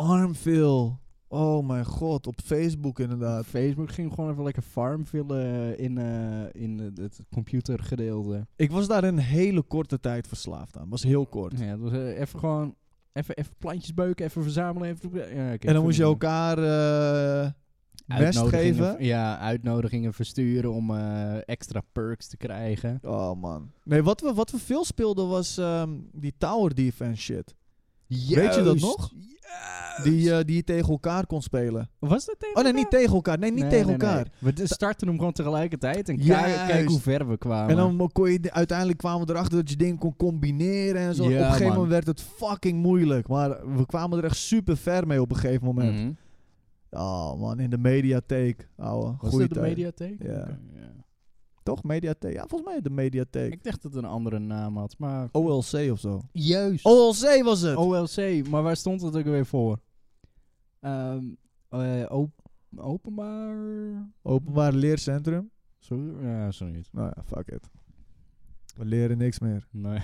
[SPEAKER 2] Farmville. Oh mijn god, op Facebook inderdaad.
[SPEAKER 1] Facebook ging gewoon even lekker Farmville eh, in, eh, in eh, het computergedeelte.
[SPEAKER 2] Ik was daar een hele korte tijd verslaafd aan. Was heel kort.
[SPEAKER 1] Ja, het was eh, even gewoon... Even, even plantjes beuken, even verzamelen. Even, ja, oké, ik
[SPEAKER 2] en dan
[SPEAKER 1] vind
[SPEAKER 2] moest je
[SPEAKER 1] het-
[SPEAKER 2] elkaar eh best
[SPEAKER 1] Uitnodigingen-
[SPEAKER 2] geven.
[SPEAKER 1] Ja, uitnodigingen versturen om eh, extra perks te krijgen.
[SPEAKER 2] Oh man. Nee, wat we, wat we veel speelden was ehm, die tower defense shit. Weet je dat
[SPEAKER 1] Juist,
[SPEAKER 2] nog?
[SPEAKER 1] juist.
[SPEAKER 2] Die, eh, die je tegen elkaar kon spelen.
[SPEAKER 1] Was dat tegen
[SPEAKER 2] Oh nee,
[SPEAKER 1] elkaar?
[SPEAKER 2] niet tegen elkaar. Nee, niet
[SPEAKER 1] Nee,
[SPEAKER 2] tegen
[SPEAKER 1] nee,
[SPEAKER 2] elkaar.
[SPEAKER 1] nee. We starten hem gewoon tegelijkertijd en
[SPEAKER 2] Juist.
[SPEAKER 1] kijken hoe ver we kwamen.
[SPEAKER 2] En dan kon je, uiteindelijk kwamen we erachter dat je dingen kon combineren en zo.
[SPEAKER 1] Ja,
[SPEAKER 2] op een gegeven
[SPEAKER 1] man.
[SPEAKER 2] moment werd het fucking moeilijk. Maar we kwamen er echt super ver mee op een gegeven moment.
[SPEAKER 1] Mhm.
[SPEAKER 2] Oh man, in de mediatheek. Ouwe,
[SPEAKER 1] Was
[SPEAKER 2] goeie
[SPEAKER 1] dat de
[SPEAKER 2] tijd.
[SPEAKER 1] mediatheek?
[SPEAKER 2] Ja.
[SPEAKER 1] Oké, ja.
[SPEAKER 2] Toch, mediatheek? Ja, volgens mij de mediatheek.
[SPEAKER 1] Ik dacht dat het een andere naam had, maar...
[SPEAKER 2] OLC of zo.
[SPEAKER 1] Juist.
[SPEAKER 2] OLC was het!
[SPEAKER 1] OLC, maar waar stond het ook weer voor? Ehm, eh, op- openbaar...
[SPEAKER 2] Openbaar Leercentrum.
[SPEAKER 1] Sorry, ja, zoiets.
[SPEAKER 2] Nou ja, fuck it. We leren niks meer.
[SPEAKER 1] Nee.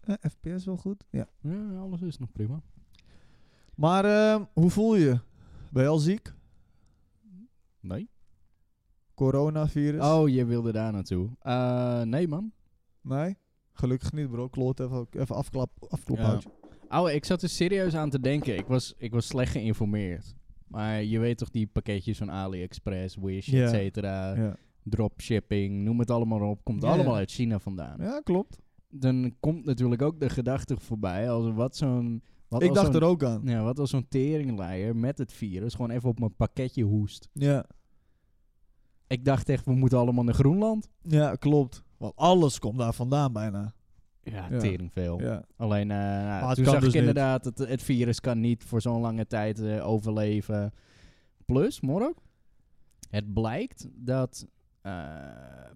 [SPEAKER 2] Eh, FPS wel goed. Ja.
[SPEAKER 1] Ja, alles is nog prima.
[SPEAKER 2] Maar ehm, hoe voel je? Ben je al ziek?
[SPEAKER 1] Nee.
[SPEAKER 2] Coronavirus?
[SPEAKER 1] Oh, je wilde daar naartoe. Eh, nee, man.
[SPEAKER 2] Nee? Gelukkig niet bro. Kloot even, even afklap, afklophoutje.
[SPEAKER 1] Ouwe, ik zat er serieus aan te denken. Ik was, ik was slecht geïnformeerd. Maar je weet toch die pakketjes van AliExpress, Wish,
[SPEAKER 2] Ja.
[SPEAKER 1] et cetera.
[SPEAKER 2] Ja.
[SPEAKER 1] Dropshipping, noem het allemaal op. Komt
[SPEAKER 2] Ja,
[SPEAKER 1] allemaal
[SPEAKER 2] ja.
[SPEAKER 1] uit China vandaan.
[SPEAKER 2] ja, klopt.
[SPEAKER 1] Dan komt natuurlijk ook de gedachte voorbij als wat zo'n... Wat
[SPEAKER 2] Ik
[SPEAKER 1] als
[SPEAKER 2] dacht
[SPEAKER 1] zo'n-
[SPEAKER 2] er ook aan.
[SPEAKER 1] Ja, wat als zo'n teringleier met het virus gewoon even op mijn pakketje hoest.
[SPEAKER 2] Ja,
[SPEAKER 1] Ik dacht echt, we moeten allemaal naar Groenland.
[SPEAKER 2] ja klopt. Want alles komt daar vandaan bijna.
[SPEAKER 1] Ja,
[SPEAKER 2] Ja.
[SPEAKER 1] tering veel.
[SPEAKER 2] Ja.
[SPEAKER 1] Alleen, eh, nou,
[SPEAKER 2] het
[SPEAKER 1] toen
[SPEAKER 2] kan
[SPEAKER 1] zag
[SPEAKER 2] dus
[SPEAKER 1] ik
[SPEAKER 2] niet.
[SPEAKER 1] inderdaad, het, het virus kan niet voor zo'n lange tijd eh, overleven. Plus, Morok, het blijkt dat eh,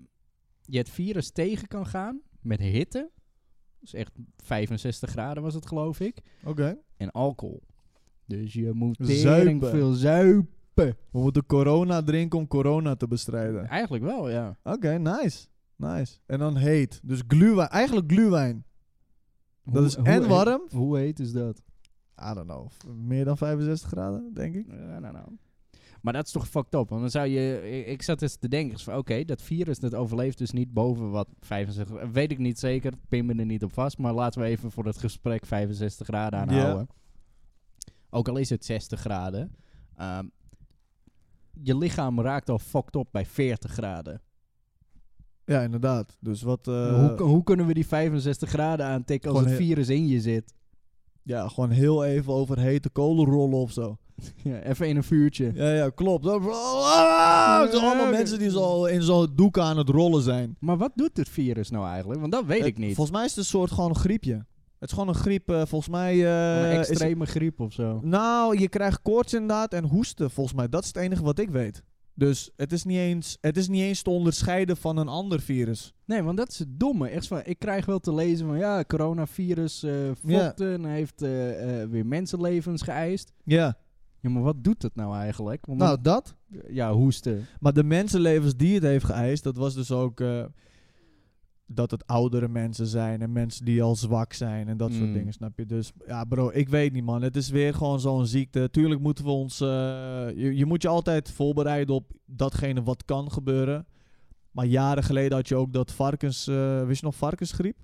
[SPEAKER 1] je het virus tegen kan gaan met hitte. Dus echt 65 graden was het, geloof ik.
[SPEAKER 2] Oké.
[SPEAKER 1] En alcohol. Dus je moet tering
[SPEAKER 2] Zuipen.
[SPEAKER 1] veel zuip.
[SPEAKER 2] We moeten corona drinken om corona te bestrijden.
[SPEAKER 1] Eigenlijk wel, ja.
[SPEAKER 2] Oké, nice. Nice. En dan heet. Dus gluwijn. Eigenlijk gluwijn. Dat
[SPEAKER 1] Hoe-
[SPEAKER 2] is
[SPEAKER 1] hoe
[SPEAKER 2] en
[SPEAKER 1] heet-
[SPEAKER 2] warm.
[SPEAKER 1] Hoe heet is dat?
[SPEAKER 2] I don't know. f- Meer dan 65 graden, denk ik.
[SPEAKER 1] Ja, nou, nou. Maar dat is toch fucked up? Want dan zou je. ik- Ik zat eens te denken: van oké, dat virus dat overleeft dus niet boven wat 65. Weet ik niet zeker, pin me er niet op vast. Maar laten we even voor het gesprek 65 graden
[SPEAKER 2] Ja.
[SPEAKER 1] aanhouden. Ook al is het 60 graden. ehm, je lichaam raakt al fucked op bij 40 graden.
[SPEAKER 2] Ja, inderdaad. Dus wat... eh,
[SPEAKER 1] hoe, hoe kunnen we die 65 graden aantikken als het
[SPEAKER 2] Gewoon he-
[SPEAKER 1] virus in je zit?
[SPEAKER 2] ja, gewoon heel even over hete kolen rollen of zo.
[SPEAKER 1] Ja, even in een vuurtje.
[SPEAKER 2] Ja, ja, klopt. Dat Ah, het zijn allemaal
[SPEAKER 1] oké.
[SPEAKER 2] mensen die zo in zo'n doek aan het rollen zijn.
[SPEAKER 1] Maar wat doet het virus nou eigenlijk? Want dat weet ik
[SPEAKER 2] Het-
[SPEAKER 1] niet.
[SPEAKER 2] Volgens mij is het een soort gewoon een griepje. Het is gewoon een griep, eh, volgens mij...
[SPEAKER 1] Gewoon
[SPEAKER 2] eh,
[SPEAKER 1] een
[SPEAKER 2] is het-
[SPEAKER 1] extreme griep of zo.
[SPEAKER 2] nou, je krijgt koorts inderdaad en hoesten, volgens mij. Dat is het enige wat ik weet. Dus het is niet eens, het is niet eens te onderscheiden van een ander virus.
[SPEAKER 1] Nee, want dat is het domme. Echt van, ik krijg wel te lezen van ja, coronavirus eh fokt en heeft eh, eh, weer mensenlevens geëist.
[SPEAKER 2] Ja,
[SPEAKER 1] Ja, maar wat doet het nou eigenlijk? Want
[SPEAKER 2] nou dat.
[SPEAKER 1] dan- ja, hoesten.
[SPEAKER 2] Maar de mensenlevens die het heeft geëist, dat was dus ook... eh, dat het oudere mensen zijn en mensen die al zwak zijn en dat soort
[SPEAKER 1] Mm.
[SPEAKER 2] dingen, snap je? Dus ja, bro, ik weet niet, man. Het is weer gewoon zo'n ziekte. Tuurlijk moeten we ons... eh, je, je moet je altijd voorbereiden op datgene wat kan gebeuren. Maar jaren geleden had je ook dat varkens... eh, wist je nog varkensgriep?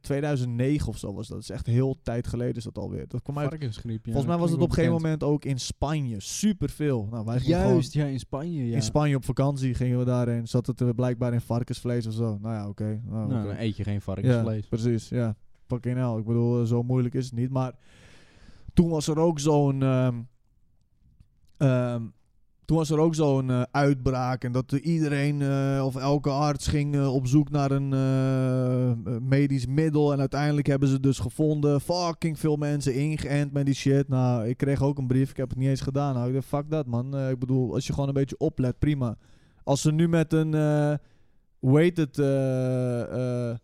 [SPEAKER 2] 2009 of zo was dat. Dat is echt heel tijd geleden is dat alweer. Dat kwam uit...
[SPEAKER 1] Varkensgriep, ja,
[SPEAKER 2] Volgens mij
[SPEAKER 1] dat
[SPEAKER 2] was het op
[SPEAKER 1] klinkt
[SPEAKER 2] een gegeven
[SPEAKER 1] wel
[SPEAKER 2] moment ook in Spanje. Superveel. Nou, wij
[SPEAKER 1] bekend.
[SPEAKER 2] gingen gewoon-
[SPEAKER 1] Juist, ja, in Spanje, ja.
[SPEAKER 2] in Spanje op vakantie gingen we daarheen. Zat het eh, blijkbaar in varkensvlees of zo. Nou ja, oké. Nou,
[SPEAKER 1] nou,
[SPEAKER 2] oké.
[SPEAKER 1] dan eet je geen varkensvlees.
[SPEAKER 2] ja, precies. Ja, fucking hell. Ik bedoel, eh, zo moeilijk is het niet. Maar toen was er ook zo'n ehm, ehm, Toen was er ook zo'n eh, uitbraak en dat iedereen eh, of elke arts ging eh, op zoek naar een eh, medisch middel. En uiteindelijk hebben ze dus gevonden, fucking veel mensen ingeënt met die shit. Nou, ik kreeg ook een brief, ik heb het niet eens gedaan. Nou, ik dacht, fuck dat man. Eh, ik bedoel, als je gewoon een beetje oplet, prima. Als ze nu met een, eh hoe heet het, eh, eh,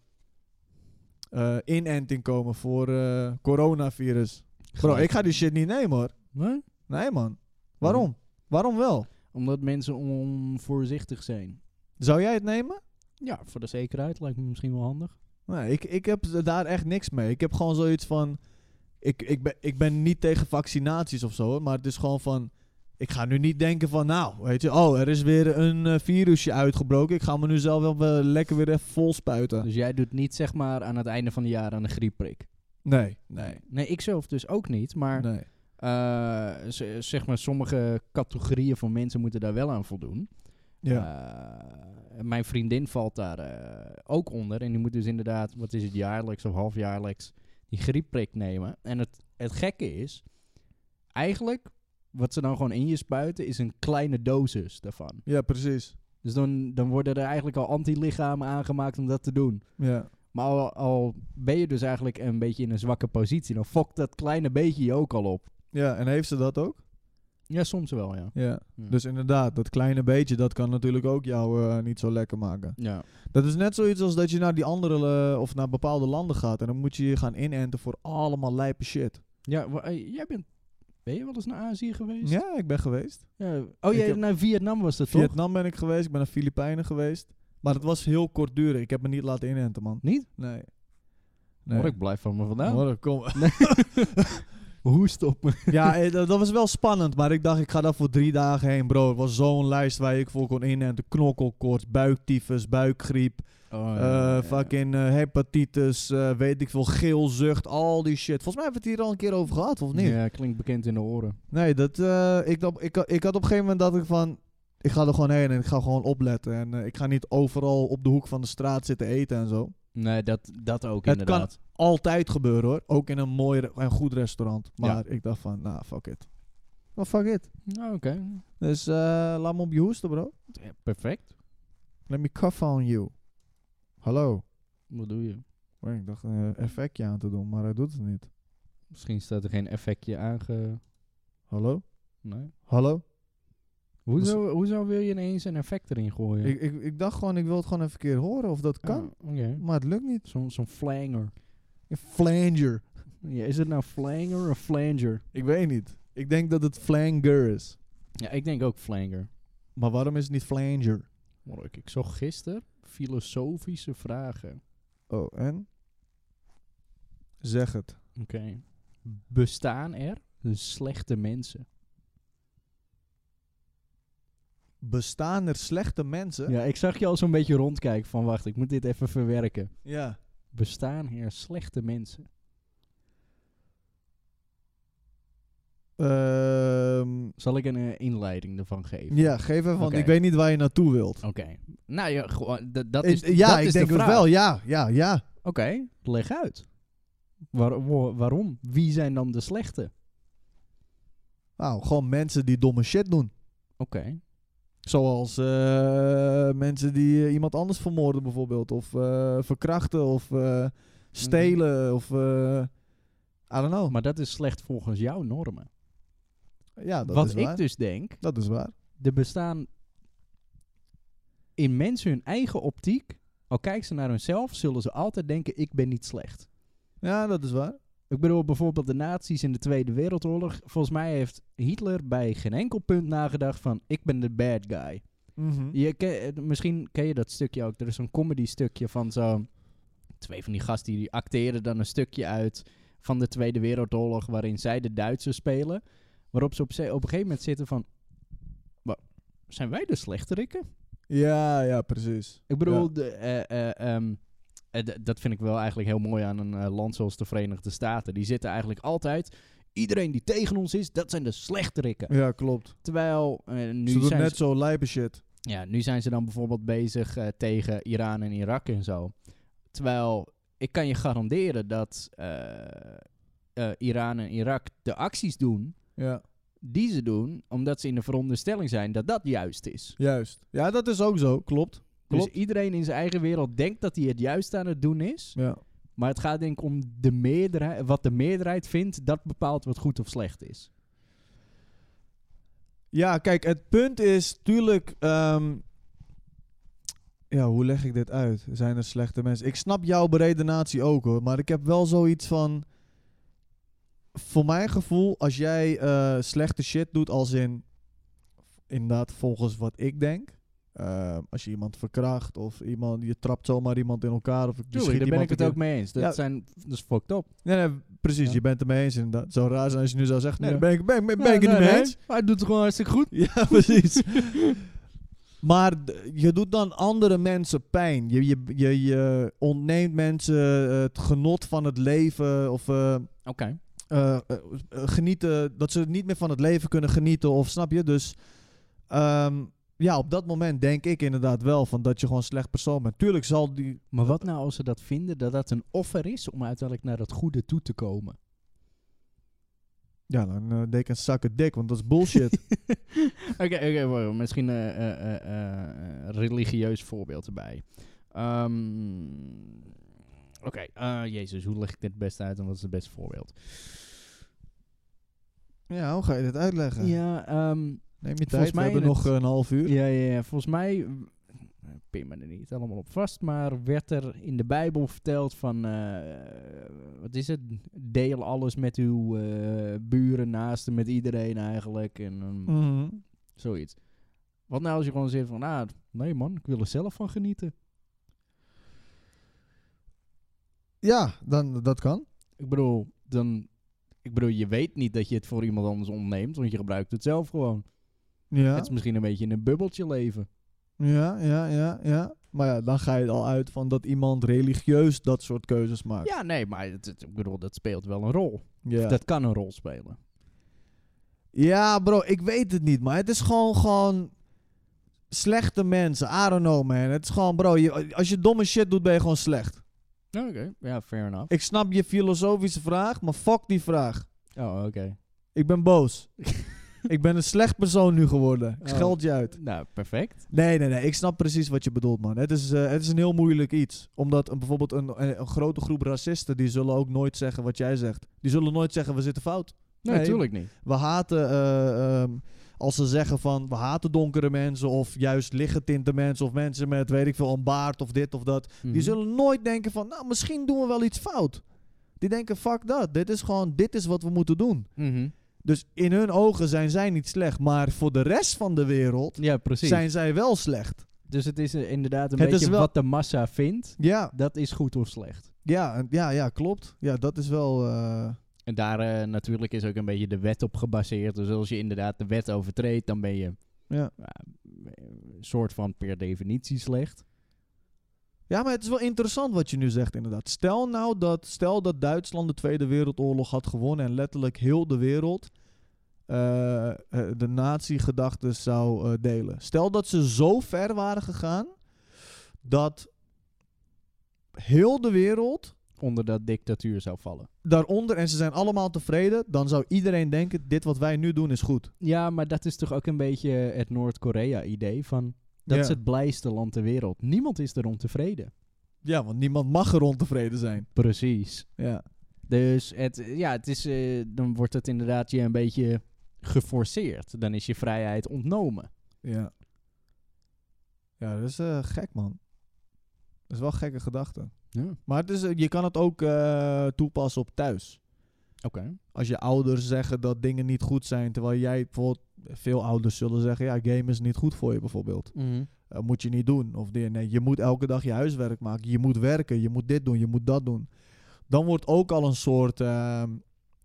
[SPEAKER 2] eh, inenting komen voor eh, coronavirus. Bro, ik ga die shit niet nemen hoor.
[SPEAKER 1] Nee?
[SPEAKER 2] Nee man. Waarom? Waarom wel?
[SPEAKER 1] Omdat mensen onvoorzichtig zijn.
[SPEAKER 2] Zou jij het nemen?
[SPEAKER 1] Ja, voor de zekerheid lijkt me misschien wel handig.
[SPEAKER 2] Nee, ik, ik heb d- daar echt niks mee. Ik heb gewoon zoiets van. Ik, ik, ben, ik ben niet tegen vaccinaties of zo, hoor, maar het is gewoon van. Ik ga nu niet denken van, nou, weet je, oh, er is weer een eh, virusje uitgebroken. Ik ga me nu zelf wel eh, lekker weer even vol spuiten.
[SPEAKER 1] Dus jij doet niet zeg maar aan het einde van het jaar aan een griepprik.
[SPEAKER 2] Nee, nee,
[SPEAKER 1] Nee, ik zelf dus ook niet. Maar
[SPEAKER 2] nee.
[SPEAKER 1] eh, z- zeg maar, sommige categorieën van mensen moeten daar wel aan voldoen.
[SPEAKER 2] Ja,
[SPEAKER 1] Eh, mijn vriendin valt daar eh, ook onder. En die moet dus inderdaad, wat is het, jaarlijks of halfjaarlijks, die griepprik nemen. En het, het gekke is, eigenlijk, wat ze dan gewoon in je spuiten, is een kleine dosis daarvan.
[SPEAKER 2] ja precies.
[SPEAKER 1] Dus dan, dan worden er eigenlijk al antilichamen aangemaakt om dat te doen.
[SPEAKER 2] Ja.
[SPEAKER 1] Maar al, al ben je dus eigenlijk een beetje in een zwakke positie, dan fokt dat kleine beetje je ook al op.
[SPEAKER 2] ja, en heeft ze dat ook?
[SPEAKER 1] Ja, soms wel, ja.
[SPEAKER 2] Ja.
[SPEAKER 1] Ja.
[SPEAKER 2] Dus inderdaad, dat kleine beetje, dat kan natuurlijk ook jou eh, niet zo lekker maken.
[SPEAKER 1] Ja.
[SPEAKER 2] Dat is net zoiets als dat je naar die andere, eh, of naar bepaalde landen gaat. En dan moet je je gaan inenten voor allemaal lijpe shit.
[SPEAKER 1] ja wa- eh, jij bent... Ben je wel eens naar Azië geweest?
[SPEAKER 2] Ja, ik ben geweest.
[SPEAKER 1] Ja. Oh,
[SPEAKER 2] Ik
[SPEAKER 1] jij
[SPEAKER 2] heb-
[SPEAKER 1] naar Vietnam was dat toch?
[SPEAKER 2] Vietnam ben ik geweest, ik ben naar Filipijnen geweest. Maar het was heel kortdurig. Ik heb me niet laten inenten, man.
[SPEAKER 1] Niet?
[SPEAKER 2] Nee.
[SPEAKER 1] Hoor, ik blijf van me vandaan.
[SPEAKER 2] Hoor, kom.
[SPEAKER 1] Hoest op me.
[SPEAKER 2] ja, eh, dat, dat was wel spannend. Maar ik dacht, ik ga daar voor drie dagen heen, bro. Het was zo'n lijst waar ik voor kon inenten. Knokkelkoorts, buiktyfus, buikgriep.
[SPEAKER 1] Oh,
[SPEAKER 2] eh, Fucking eh, hepatitis, eh, weet ik veel, geelzucht, al die shit. Volgens mij hebben we het hier al een keer over gehad, of niet?
[SPEAKER 1] Ja, klinkt bekend in de oren.
[SPEAKER 2] Nee, dat, eh, ik, dacht- ik, ik had op een gegeven moment dat ik van... Ik ga er gewoon heen en ik ga gewoon opletten. En eh, ik ga niet overal op de hoek van de straat zitten eten en zo.
[SPEAKER 1] Nee, dat, dat ook
[SPEAKER 2] Het
[SPEAKER 1] inderdaad.
[SPEAKER 2] Altijd gebeuren hoor. Ook in een mooi re- en goed restaurant. Maar ik dacht van, nou, fuck it. Maar fuck it.
[SPEAKER 1] Nou, Oké,
[SPEAKER 2] Dus eh, laat me op je hoesten, bro.
[SPEAKER 1] Ja, perfect.
[SPEAKER 2] Let me cough on you. Hallo.
[SPEAKER 1] Wat doe je?
[SPEAKER 2] Wait, Ik dacht eh, een effectje aan te doen, maar hij doet het niet.
[SPEAKER 1] Misschien staat er geen effectje aange...
[SPEAKER 2] Hallo?
[SPEAKER 1] Nee.
[SPEAKER 2] Hallo?
[SPEAKER 1] Hoezo, hoezo wil je ineens een effect erin gooien?
[SPEAKER 2] Ik, ik, ik dacht gewoon, ik wil het gewoon even een keer horen of dat kan.
[SPEAKER 1] Ah, Oké.
[SPEAKER 2] Maar het lukt niet.
[SPEAKER 1] Zo'n zo'n flanger.
[SPEAKER 2] Flanger.
[SPEAKER 1] Ja, is het nou flanger of flanger?
[SPEAKER 2] Ik weet niet. Ik denk dat het flanger is.
[SPEAKER 1] Ja, ik denk ook flanger.
[SPEAKER 2] Maar waarom is het niet flanger?
[SPEAKER 1] Mark, ik zag gisteren filosofische vragen.
[SPEAKER 2] Oh, en? Zeg het.
[SPEAKER 1] Oké. Bestaan er slechte mensen?
[SPEAKER 2] Bestaan er slechte mensen?
[SPEAKER 1] Ja, ik zag je al zo'n beetje rondkijken van wacht, ik moet dit even verwerken.
[SPEAKER 2] Ja.
[SPEAKER 1] Bestaan er slechte mensen?
[SPEAKER 2] Ehm,
[SPEAKER 1] Zal ik een eh, inleiding ervan geven?
[SPEAKER 2] ja, geef even, want
[SPEAKER 1] Oké.
[SPEAKER 2] ik weet niet waar je naartoe wilt.
[SPEAKER 1] Oké. Nou ja, gewoon, d- dat
[SPEAKER 2] Ik-
[SPEAKER 1] is
[SPEAKER 2] ja,
[SPEAKER 1] dat
[SPEAKER 2] ik
[SPEAKER 1] is de
[SPEAKER 2] denk het
[SPEAKER 1] vraag.
[SPEAKER 2] wel. Ja, ja, ja.
[SPEAKER 1] Oké, leg uit. Waar- wa- waarom? Wie zijn dan de slechte?
[SPEAKER 2] Nou, gewoon mensen die domme shit doen.
[SPEAKER 1] Oké.
[SPEAKER 2] Zoals eh, mensen die eh, iemand anders vermoorden bijvoorbeeld. Of eh, verkrachten of eh, stelen of... eh, I don't know.
[SPEAKER 1] Mhm. Maar dat is slecht volgens jouw normen.
[SPEAKER 2] ja, dat
[SPEAKER 1] Wat
[SPEAKER 2] is
[SPEAKER 1] ik
[SPEAKER 2] waar.
[SPEAKER 1] dus denk,
[SPEAKER 2] Dat is waar.
[SPEAKER 1] er bestaan in mensen hun eigen optiek, al kijken ze naar hunzelf, zullen ze altijd denken: ik ben niet slecht.
[SPEAKER 2] Ja, dat is waar.
[SPEAKER 1] Ik bedoel bijvoorbeeld de nazi's in de Tweede Wereldoorlog. Volgens mij heeft Hitler bij geen enkel punt nagedacht van ik ben de bad guy. Je ken- eh, misschien ken je dat stukje ook. Er is zo'n comedy stukje van zo'n... Twee van die gasten die acteren dan een stukje uit van de Tweede Wereldoorlog... waarin zij de Duitsers spelen. Waarop ze op, ze- op een gegeven moment zitten van... "Wa- Zijn wij de slechterikken?
[SPEAKER 2] Ja, ja, precies.
[SPEAKER 1] Ik bedoel,
[SPEAKER 2] Ja.
[SPEAKER 1] de, eh, eh, ehm, eh, d- dat vind ik wel eigenlijk heel mooi aan een eh, land zoals de Verenigde Staten. Die zitten eigenlijk altijd... Iedereen die tegen ons is, dat zijn de slechterikken.
[SPEAKER 2] Ja, klopt.
[SPEAKER 1] Terwijl eh, nu
[SPEAKER 2] ze doen
[SPEAKER 1] zijn
[SPEAKER 2] net
[SPEAKER 1] ze-
[SPEAKER 2] zo lijpe shit.
[SPEAKER 1] Ja, nu zijn ze dan bijvoorbeeld bezig eh, tegen Iran en Irak en zo. Terwijl ik kan je garanderen dat eh, eh, Iran en Irak de acties doen
[SPEAKER 2] Ja.
[SPEAKER 1] die ze doen, omdat ze in de veronderstelling zijn dat dat juist is.
[SPEAKER 2] Juist. Ja, dat is ook zo. Klopt. Klopt.
[SPEAKER 1] Dus iedereen in zijn eigen wereld denkt dat hij het juist aan het doen is.
[SPEAKER 2] Ja.
[SPEAKER 1] Maar het gaat denk ik om de meerderheid, wat de meerderheid vindt, dat bepaalt wat goed of slecht is. Dus
[SPEAKER 2] Ja, kijk, het punt is tuurlijk. ehm, ja, hoe leg ik dit uit? Zijn er slechte mensen? Ik snap jouw beredenatie ook hoor, maar ik heb wel zoiets van. Voor mijn gevoel, als jij eh, slechte shit doet, als in. Inderdaad, volgens wat ik denk. eh, als je iemand verkracht of iemand, je trapt zomaar iemand in elkaar. Of je
[SPEAKER 1] Tuurlijk,
[SPEAKER 2] schiet
[SPEAKER 1] daar ben
[SPEAKER 2] iemand
[SPEAKER 1] ik het
[SPEAKER 2] een
[SPEAKER 1] ook mee eens. Dat,
[SPEAKER 2] Ja.
[SPEAKER 1] zijn, dat is fucked up.
[SPEAKER 2] keer- Nee, nee, precies,
[SPEAKER 1] Ja.
[SPEAKER 2] je bent het mee eens inderdaad. Het zou raar zijn als je nu zou zeggen: nee,
[SPEAKER 1] Ja.
[SPEAKER 2] ben ik, ben, ik- ben, ik het niet mee eens.
[SPEAKER 1] Hij doet het gewoon hartstikke goed.
[SPEAKER 2] Ja, precies. maar d- je doet dan andere mensen pijn. Je, je, je, je ontneemt mensen eh, het genot van het leven. Of eh,
[SPEAKER 1] Oké.
[SPEAKER 2] eh, eh, eh, genieten. Dat ze niet meer van het leven kunnen genieten. Of snap je? Dus ehm, ja, op dat moment denk ik inderdaad wel van dat je gewoon een slecht persoon bent. Tuurlijk zal die.
[SPEAKER 1] Maar wat nou als ze dat vinden, dat dat een offer is om uiteindelijk naar dat goede toe te komen?
[SPEAKER 2] Ja, dan eh, deed ik een zakken dik, want dat is bullshit.
[SPEAKER 1] Oké, oké, wacht, misschien eh, eh, eh, eh, eh, religieus voorbeeld erbij. Ehm, oké, eh, Jezus, hoe leg ik dit het beste uit en wat is het beste voorbeeld?
[SPEAKER 2] ja, hoe ga je dit uitleggen?
[SPEAKER 1] Ja, ehm,
[SPEAKER 2] Neem je tijd.
[SPEAKER 1] Volgens
[SPEAKER 2] We
[SPEAKER 1] mij
[SPEAKER 2] hebben
[SPEAKER 1] in
[SPEAKER 2] nog
[SPEAKER 1] het-
[SPEAKER 2] een half uur.
[SPEAKER 1] ja, ja, ja, volgens mij, eh, pin me er niet helemaal op vast, maar werd er in de Bijbel verteld van, eh, wat is het, deel alles met uw eh, buren, naasten, met iedereen eigenlijk. En, ehm,
[SPEAKER 2] Mhm.
[SPEAKER 1] Zoiets. Wat nou als je gewoon zegt van, ah, nee man, ik wil er zelf van genieten.
[SPEAKER 2] Ja, dan, dat kan.
[SPEAKER 1] Ik bedoel, dan, ik bedoel, je weet niet dat je het voor iemand anders ontneemt, want je gebruikt het zelf gewoon.
[SPEAKER 2] Ja.
[SPEAKER 1] Het is misschien een beetje in een bubbeltje leven.
[SPEAKER 2] Ja, ja, ja, ja. Maar ja, dan ga je er al uit van dat iemand religieus dat soort keuzes maakt.
[SPEAKER 1] Ja, nee, maar het, het- ik bedoel, dat speelt wel een rol.
[SPEAKER 2] Ja.
[SPEAKER 1] Dat kan een rol spelen.
[SPEAKER 2] Ja, bro, ik weet het niet, maar het is gewoon, gewoon slechte mensen. I don't know, man. Het is gewoon, bro, je, als je domme shit doet, ben je gewoon slecht.
[SPEAKER 1] Oké, ja, fair enough.
[SPEAKER 2] Ik snap je filosofische vraag, maar fuck die vraag.
[SPEAKER 1] Oh, oké.
[SPEAKER 2] Ik ben boos. ik ben een slecht persoon nu geworden. Ik
[SPEAKER 1] Oh.
[SPEAKER 2] scheld je uit.
[SPEAKER 1] Nou, perfect.
[SPEAKER 2] Nee, nee, nee. Ik snap precies wat je bedoelt, man. Het is, eh, het is een heel moeilijk iets. Omdat een, bijvoorbeeld een, een, een grote groep racisten... die zullen ook nooit zeggen wat jij zegt. Die zullen nooit zeggen, we zitten fout.
[SPEAKER 1] Nee, natuurlijk niet.
[SPEAKER 2] We haten... eh, ehm, als ze zeggen van, we haten donkere mensen... of juist lichtgetinte mensen... of mensen met, weet ik veel, een baard of dit of dat...
[SPEAKER 1] Mhm.
[SPEAKER 2] die zullen nooit denken van, nou, misschien doen we wel iets fout. Die denken, fuck dat. Dit is gewoon, dit is wat we moeten doen.
[SPEAKER 1] Mhm.
[SPEAKER 2] Dus in hun ogen zijn zij niet slecht. Maar voor de rest van de wereld...
[SPEAKER 1] Ja, precies.
[SPEAKER 2] zijn zij wel slecht.
[SPEAKER 1] Dus het is eh, inderdaad een
[SPEAKER 2] Het is
[SPEAKER 1] beetje
[SPEAKER 2] wel-
[SPEAKER 1] wat de massa vindt.
[SPEAKER 2] Ja,
[SPEAKER 1] Dat is goed of slecht.
[SPEAKER 2] Ja, en- ja, ja, klopt. Ja, dat is wel. eh,
[SPEAKER 1] En daar eh, natuurlijk is ook een beetje de wet op gebaseerd. Dus als je inderdaad de wet overtreedt, dan ben je
[SPEAKER 2] ja.
[SPEAKER 1] ja, een soort van per definitie slecht.
[SPEAKER 2] ja, maar het is wel interessant wat je nu zegt, inderdaad. Stel nou dat, stel dat Duitsland de Tweede Wereldoorlog had gewonnen en letterlijk heel de wereld eh, eh, de nazi-gedachten zou eh, delen. Stel dat ze zo ver waren gegaan dat heel de wereld
[SPEAKER 1] Onder dat dictatuur zou vallen.
[SPEAKER 2] daaronder en ze zijn allemaal tevreden, dan zou iedereen denken: dit wat wij nu doen is goed.
[SPEAKER 1] Ja, maar dat is toch ook een beetje het Noord-Korea-idee van... Dat
[SPEAKER 2] Ja.
[SPEAKER 1] is het blijste land ter wereld. Niemand is erom tevreden.
[SPEAKER 2] Ja, want niemand mag er ontevreden zijn.
[SPEAKER 1] Precies.
[SPEAKER 2] Ja.
[SPEAKER 1] Dus het, ja, het is, eh, dan wordt het inderdaad je een beetje geforceerd. Dan is je vrijheid ontnomen.
[SPEAKER 2] Ja. Ja, dat is eh, gek, man. Dat is wel een gekke gedachte.
[SPEAKER 1] Ja,
[SPEAKER 2] Maar het is, eh, je kan het ook eh, toepassen op thuis.
[SPEAKER 1] oké.
[SPEAKER 2] Als je ouders zeggen dat dingen niet goed zijn, terwijl jij bijvoorbeeld... Veel ouders zullen zeggen, ja, game is niet goed voor je bijvoorbeeld. Eh, moet je niet doen. Of dit. Nee, je moet elke dag je huiswerk maken. Je moet werken, je moet dit doen, je moet dat doen. Dan wordt ook al een soort ehm,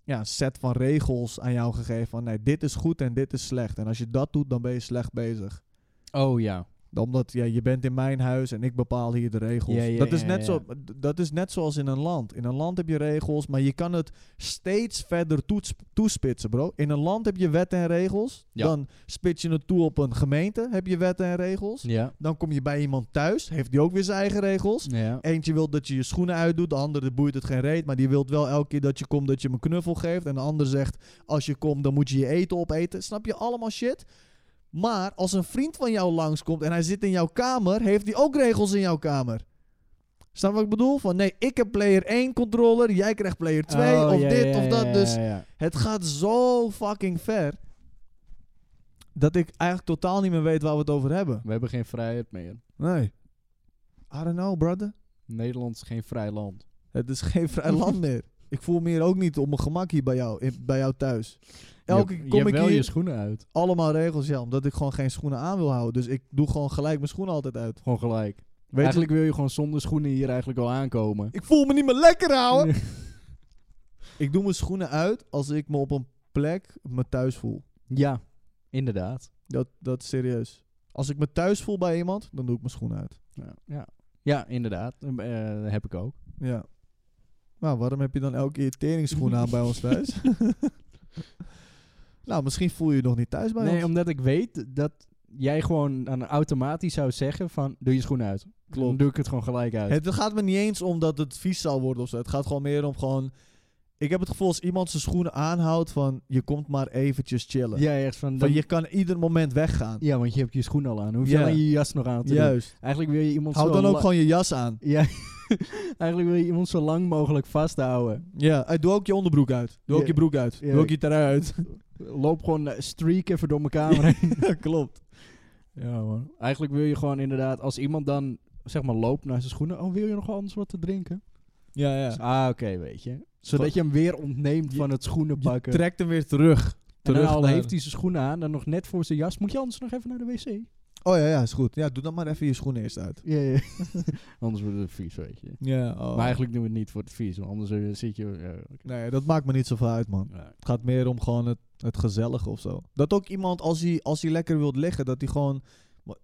[SPEAKER 2] ja, set van regels aan jou gegeven. Van nee, dit is goed en dit is slecht. En als je dat doet, dan ben je slecht bezig.
[SPEAKER 1] Oh ja.
[SPEAKER 2] Omdat ja, je bent in mijn huis en ik bepaal hier de regels.
[SPEAKER 1] Ja, ja,
[SPEAKER 2] dat, is
[SPEAKER 1] ja,
[SPEAKER 2] net
[SPEAKER 1] ja.
[SPEAKER 2] Zo, d- dat is net zoals in een land. In een land heb je regels, maar je kan het steeds verder toets- toespitsen, bro. In een land heb je wetten en regels.
[SPEAKER 1] Ja.
[SPEAKER 2] Dan spits je het toe op een gemeente, heb je wetten en regels.
[SPEAKER 1] Ja.
[SPEAKER 2] Dan kom je bij iemand thuis, heeft die ook weer zijn eigen regels.
[SPEAKER 1] Ja.
[SPEAKER 2] Eentje wil dat je je schoenen uitdoet, de andere boeit het geen reet, maar die wil wel elke keer dat je komt dat je hem een knuffel geeft. En de ander zegt, als je komt dan moet je je eten opeten. Snap je allemaal shit? Maar als een vriend van jou langskomt en hij zit in jouw kamer, heeft hij ook regels in jouw kamer. Snap wat ik bedoel? Van nee, ik heb player 1 controller, jij krijgt player 2
[SPEAKER 1] Oh,
[SPEAKER 2] of
[SPEAKER 1] ja,
[SPEAKER 2] dit
[SPEAKER 1] ja,
[SPEAKER 2] of dat.
[SPEAKER 1] ja,
[SPEAKER 2] dus
[SPEAKER 1] ja, ja.
[SPEAKER 2] het gaat zo fucking ver. Dat ik eigenlijk totaal niet meer weet waar we het over hebben.
[SPEAKER 1] We hebben geen vrijheid meer.
[SPEAKER 2] Nee. I don't know, brother.
[SPEAKER 1] Nederland is geen vrij land.
[SPEAKER 2] Het is geen vrij land meer. Ik voel me hier ook niet op mijn gemak hier bij jou, in- bij jou thuis. Elke
[SPEAKER 1] je,
[SPEAKER 2] keer
[SPEAKER 1] je
[SPEAKER 2] kom
[SPEAKER 1] hebt
[SPEAKER 2] ik
[SPEAKER 1] wel
[SPEAKER 2] hier
[SPEAKER 1] je schoenen uit.
[SPEAKER 2] allemaal regels, ja, omdat ik gewoon geen schoenen aan wil houden. Dus ik doe gewoon gelijk mijn schoenen altijd uit.
[SPEAKER 1] Gewoon gelijk.
[SPEAKER 2] Weet
[SPEAKER 1] eigenlijk wil je gewoon zonder schoenen hier eigenlijk al aankomen.
[SPEAKER 2] je, ik voel me niet meer lekker houden. ik doe mijn schoenen uit als ik me op een plek me thuis voel.
[SPEAKER 1] Ja, inderdaad.
[SPEAKER 2] Dat, dat is serieus. Als ik me thuis voel bij iemand, dan doe ik mijn schoenen uit.
[SPEAKER 1] Ja, ja. ja inderdaad. Eh, eh, heb ik ook.
[SPEAKER 2] Ja. Nou, waarom heb je dan elke keer teringschoenen aan bij ons thuis? nou, misschien voel je je nog niet thuis bij
[SPEAKER 1] Nee,
[SPEAKER 2] ons.
[SPEAKER 1] omdat ik weet dat jij gewoon dan automatisch zou zeggen van... Doe je schoenen uit. Dan doe ik het gewoon gelijk uit.
[SPEAKER 2] Het gaat me niet eens om dat het vies zou worden of zo. Het gaat gewoon meer om gewoon... Ik heb het gevoel als iemand zijn schoenen aanhoudt van... Je komt maar eventjes chillen.
[SPEAKER 1] ja, echt van...
[SPEAKER 2] Van
[SPEAKER 1] dan-
[SPEAKER 2] je kan ieder moment weggaan.
[SPEAKER 1] ja, want je hebt je schoenen al aan. Hoef je
[SPEAKER 2] Ja.
[SPEAKER 1] alleen je jas nog aan te doen.
[SPEAKER 2] Juist.
[SPEAKER 1] Eigenlijk wil je iemand
[SPEAKER 2] Houd
[SPEAKER 1] zo
[SPEAKER 2] dan ook
[SPEAKER 1] la-
[SPEAKER 2] gewoon je jas aan.
[SPEAKER 1] Ja, eigenlijk wil je iemand zo lang mogelijk vasthouden.
[SPEAKER 2] Ja. eh, Doe ook je onderbroek uit. Doe ook
[SPEAKER 1] Ja.
[SPEAKER 2] je broek uit.
[SPEAKER 1] Ja.
[SPEAKER 2] Doe ook je trui uit.
[SPEAKER 1] Loop gewoon eh, streak even door mijn kamer heen.
[SPEAKER 2] Klopt.
[SPEAKER 1] Ja, man. Eigenlijk wil je gewoon inderdaad, als iemand dan zeg maar loopt naar zijn schoenen, oh, wil je nog anders wat te drinken?
[SPEAKER 2] Ja, ja.
[SPEAKER 1] Ah, oké, weet je. Zodat je hem weer ontneemt
[SPEAKER 2] Je-
[SPEAKER 1] van het schoenen
[SPEAKER 2] Je
[SPEAKER 1] pakken.
[SPEAKER 2] trekt hem weer terug.
[SPEAKER 1] En dan
[SPEAKER 2] terug
[SPEAKER 1] al eh,
[SPEAKER 2] naar-
[SPEAKER 1] heeft hij zijn schoenen aan, dan nog net voor zijn jas. Moet je anders nog even naar de wc?
[SPEAKER 2] Oh ja, ja, is goed. Ja, doe dan maar even je schoenen eerst uit.
[SPEAKER 1] Ja, ja. anders wordt het vies, weet je.
[SPEAKER 2] Ja, oh.
[SPEAKER 1] Maar eigenlijk doen we het niet voor het vies, want anders eh, zit je... eh, oké.
[SPEAKER 2] Nee, dat maakt me niet zoveel uit, man.
[SPEAKER 1] Ja.
[SPEAKER 2] Het gaat meer om gewoon het, het gezellige of zo. Dat ook iemand, als hij, als hij lekker wilt liggen, dat hij gewoon... wa-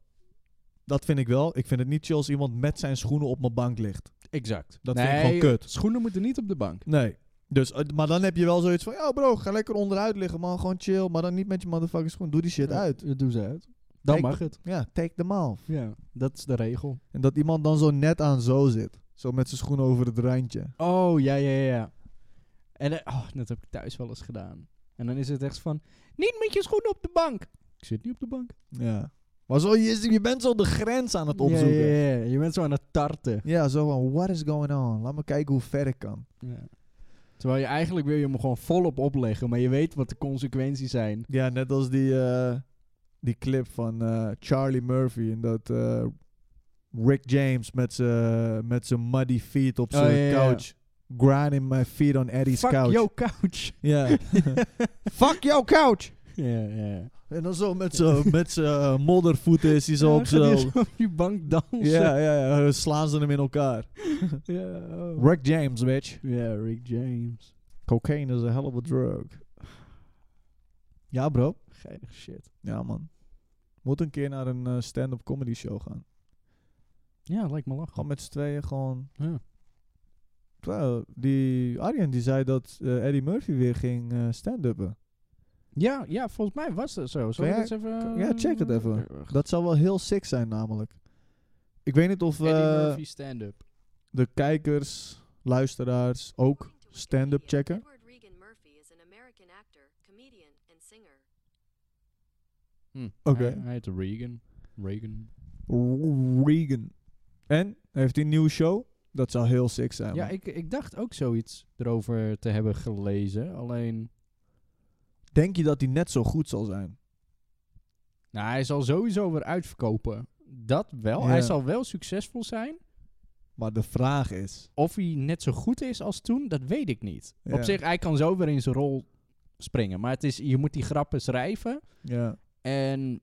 [SPEAKER 2] Dat vind ik wel. Ik vind het niet chill als iemand met zijn schoenen op mijn bank ligt.
[SPEAKER 1] Exact.
[SPEAKER 2] Dat vind ik gewoon kut.
[SPEAKER 1] Schoenen moeten niet op de bank.
[SPEAKER 2] Nee. Dus, eh, maar dan heb je wel zoiets van... Ja bro, ga lekker onderuit liggen, man. Gewoon chill. Maar dan niet met je motherfucking schoen. Doe die shit uit.
[SPEAKER 1] Doe ze uit. Dan
[SPEAKER 2] Kijk,
[SPEAKER 1] mag het.
[SPEAKER 2] Ja, take them off.
[SPEAKER 1] Ja, dat is de regel.
[SPEAKER 2] En dat iemand dan zo net aan zo zit. Zo met zijn schoen over het randje.
[SPEAKER 1] Oh, ja, ja, ja, ja. En eh, oh, dat heb ik thuis wel eens gedaan. En dan is het echt van, niet met je schoenen op de bank. Ik zit niet op de bank.
[SPEAKER 2] Ja. Maar zo, je, je bent zo de grens aan het opzoeken.
[SPEAKER 1] Ja, ja, ja, ja. Je bent zo aan het tarten.
[SPEAKER 2] Ja, zo van, what is going on? Laat me kijken hoe ver ik kan.
[SPEAKER 1] Ja. Terwijl je eigenlijk wil je hem gewoon volop opleggen, maar je weet wat de consequenties zijn.
[SPEAKER 2] Ja, net als die, eh, die clip van eh, Charlie Murphy. En dat eh, Rick James met zijn met zijn muddy feet op
[SPEAKER 1] Oh,
[SPEAKER 2] zijn
[SPEAKER 1] ja, ja, ja.
[SPEAKER 2] couch. Grinding my feet on Eddie's
[SPEAKER 1] Fuck
[SPEAKER 2] couch.
[SPEAKER 1] jouw couch.
[SPEAKER 2] Ja. Fuck jouw couch!
[SPEAKER 1] ja, ja.
[SPEAKER 2] En dan zo met zijn met zijn moddervoeten is hij zo
[SPEAKER 1] Ja,
[SPEAKER 2] op
[SPEAKER 1] gaat hij
[SPEAKER 2] zo.
[SPEAKER 1] op die bank dansen.
[SPEAKER 2] Ja, ja, ja. Slaan ze hem in elkaar.
[SPEAKER 1] Ja, oh.
[SPEAKER 2] Rick James, bitch.
[SPEAKER 1] ja, Rick James.
[SPEAKER 2] Cocaine is een hell of a drug. Ja, bro.
[SPEAKER 1] Geinig shit.
[SPEAKER 2] Ja, man. Moet een keer naar een eh, stand-up comedy show gaan.
[SPEAKER 1] Ja, lijkt me lachen.
[SPEAKER 2] Gewoon met z'n tweeën gewoon...
[SPEAKER 1] Ja.
[SPEAKER 2] Terwijl die Arjen die zei dat eh, Eddie Murphy weer ging eh, stand-uppen.
[SPEAKER 1] Ja, ja, volgens mij was dat zo. Zal
[SPEAKER 2] Kan
[SPEAKER 1] ik
[SPEAKER 2] jij-
[SPEAKER 1] dat eens even...
[SPEAKER 2] ja, check het even.
[SPEAKER 1] Eh,
[SPEAKER 2] Dat zou wel heel sick zijn namelijk. Ik weet niet of eh,
[SPEAKER 1] Eddie Murphy stand-up.
[SPEAKER 2] de kijkers, luisteraars ook stand-up checken.
[SPEAKER 3] Edward Regan Murphy is an American actor, comedian, and singer.
[SPEAKER 2] Oké.
[SPEAKER 1] Hm. Hij, hij heet Reagan. Reagan.
[SPEAKER 2] Regan. En heeft hij een nieuwe show? Dat zou heel sick zijn.
[SPEAKER 1] Ja,
[SPEAKER 2] man.
[SPEAKER 1] ik, ik dacht ook zoiets erover te hebben gelezen. Alleen,
[SPEAKER 2] Denk je dat hij net zo goed zal zijn?
[SPEAKER 1] nou, hij zal sowieso weer uitverkopen. Dat wel.
[SPEAKER 2] Ja.
[SPEAKER 1] Hij zal wel succesvol zijn.
[SPEAKER 2] Maar de vraag is...
[SPEAKER 1] Of hij net zo goed is als toen, dat weet ik niet.
[SPEAKER 2] Ja.
[SPEAKER 1] Op zich, hij kan zo weer in zijn rol springen. Maar het is, je moet die grappen schrijven.
[SPEAKER 2] Ja.
[SPEAKER 1] En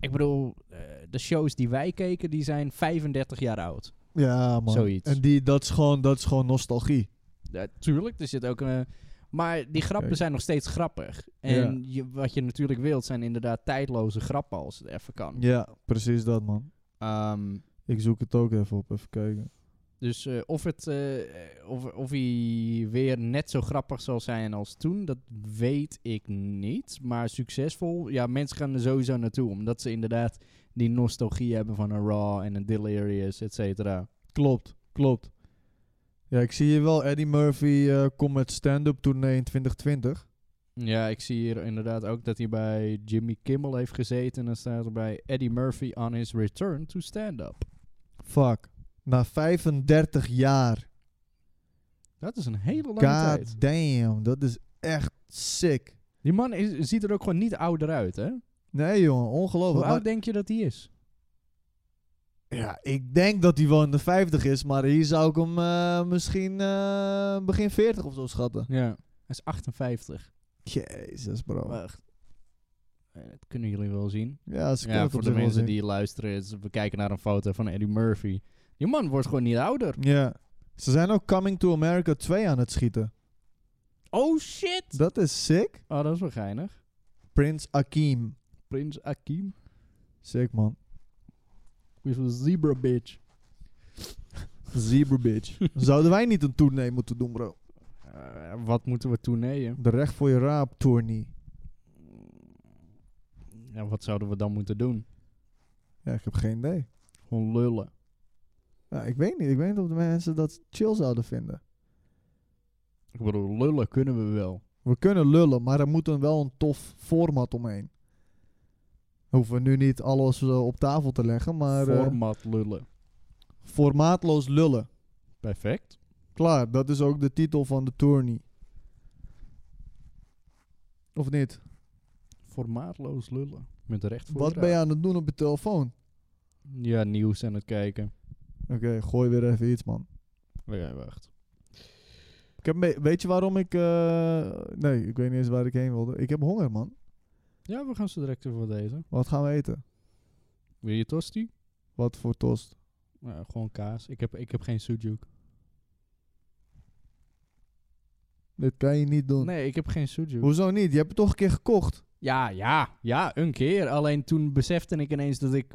[SPEAKER 1] ik bedoel, eh, de shows die wij keken, die zijn 35 jaar oud.
[SPEAKER 2] Ja, man.
[SPEAKER 1] Zoiets.
[SPEAKER 2] En die, dat, is gewoon, dat is gewoon nostalgie.
[SPEAKER 1] Ja, tuurlijk, er zit ook een. Maar die grappen
[SPEAKER 2] Kijk.
[SPEAKER 1] zijn nog steeds grappig. En je, wat je natuurlijk wilt zijn inderdaad tijdloze grappen als het even kan.
[SPEAKER 2] Ja, precies dat, man.
[SPEAKER 1] Ehm,
[SPEAKER 2] Ik zoek het ook even op, even kijken.
[SPEAKER 1] dus eh, of, het, eh, of, of hij weer net zo grappig zal zijn als toen, dat weet ik niet. Maar succesvol, ja, mensen gaan er sowieso naartoe. Omdat ze inderdaad die nostalgie hebben van een Raw en een Delirious, et cetera.
[SPEAKER 2] Klopt, klopt. Ja, ik zie hier wel Eddie Murphy eh, komt met stand-up tournee in 2020.
[SPEAKER 1] Ja, ik zie hier inderdaad ook dat hij bij Jimmy Kimmel heeft gezeten. En dan staat er bij Eddie Murphy on his return to stand-up.
[SPEAKER 2] Fuck. Na 35 jaar.
[SPEAKER 1] Dat is een hele lange tijd.
[SPEAKER 2] God damn, dat is echt sick.
[SPEAKER 1] Die man is- ziet er ook gewoon niet ouder uit, hè?
[SPEAKER 2] Nee, jongen,
[SPEAKER 1] Hoe
[SPEAKER 2] ongelooflijk.
[SPEAKER 1] oud
[SPEAKER 2] Maar-
[SPEAKER 1] denk je dat hij is?
[SPEAKER 2] Ja, ik denk dat hij wel in de 50 is, maar hier zou ik hem eh, misschien eh, begin 40 of zo schatten.
[SPEAKER 1] Ja. Hij is 58.
[SPEAKER 2] Jezus, bro.
[SPEAKER 1] Wacht. Eh, Dat kunnen jullie wel zien.
[SPEAKER 2] Ja, ze kunnen
[SPEAKER 1] Ja,
[SPEAKER 2] het
[SPEAKER 1] voor
[SPEAKER 2] op
[SPEAKER 1] de
[SPEAKER 2] zich wel
[SPEAKER 1] mensen
[SPEAKER 2] zien.
[SPEAKER 1] die luisteren, is- we kijken naar een foto van Eddie Murphy. Die man wordt gewoon niet ouder.
[SPEAKER 2] Ja. Ze zijn ook Coming to America 2 aan het schieten.
[SPEAKER 1] Oh shit!
[SPEAKER 2] Dat is sick.
[SPEAKER 1] Oh, dat is wel geinig.
[SPEAKER 2] Prins Akim.
[SPEAKER 1] Prins Akim
[SPEAKER 2] Sick, man.
[SPEAKER 1] with a zebra bitch.
[SPEAKER 2] Zebra bitch. Zouden wij niet een tournee moeten doen, bro?
[SPEAKER 1] Eh, wat moeten we toenemen?
[SPEAKER 2] De recht voor je raap tournee.
[SPEAKER 1] Ja, wat zouden we dan moeten doen?
[SPEAKER 2] Ja, ik heb geen idee.
[SPEAKER 1] Gewoon lullen.
[SPEAKER 2] Ja, ik weet niet. Ik weet niet of de mensen dat chill zouden vinden.
[SPEAKER 1] Ik bedoel, lullen kunnen we wel.
[SPEAKER 2] We kunnen lullen, maar er moet dan wel een tof format omheen. Hoeven we nu niet alles eh, op tafel te leggen, maar eh,
[SPEAKER 1] Format lullen.
[SPEAKER 2] formaatloos lullen.
[SPEAKER 1] Perfect.
[SPEAKER 2] Klaar, dat is ook de titel van de tournee. Of niet?
[SPEAKER 1] Formaatloos lullen. Met recht voor
[SPEAKER 2] Wat
[SPEAKER 1] je
[SPEAKER 2] ben je
[SPEAKER 1] raap.
[SPEAKER 2] aan het doen op je telefoon?
[SPEAKER 1] Ja, nieuws aan het kijken.
[SPEAKER 2] Oké, gooi weer even iets, man.
[SPEAKER 1] Oké, wacht.
[SPEAKER 2] Ik heb me- weet je waarom ik... eh, nee, ik weet niet eens waar ik heen wilde. Ik heb honger, man.
[SPEAKER 1] Ja, we gaan zo direct even voor deze.
[SPEAKER 2] Wat gaan we eten?
[SPEAKER 1] Wil je tosti?
[SPEAKER 2] Wat voor tost?
[SPEAKER 1] Nou, gewoon kaas. Ik heb, ik heb geen sujuk.
[SPEAKER 2] Dit kan je niet doen.
[SPEAKER 1] Nee, ik heb geen sujuk.
[SPEAKER 2] Hoezo niet? Je hebt het toch een keer gekocht?
[SPEAKER 1] Ja, ja, ja, een keer. Alleen toen besefte ik ineens dat ik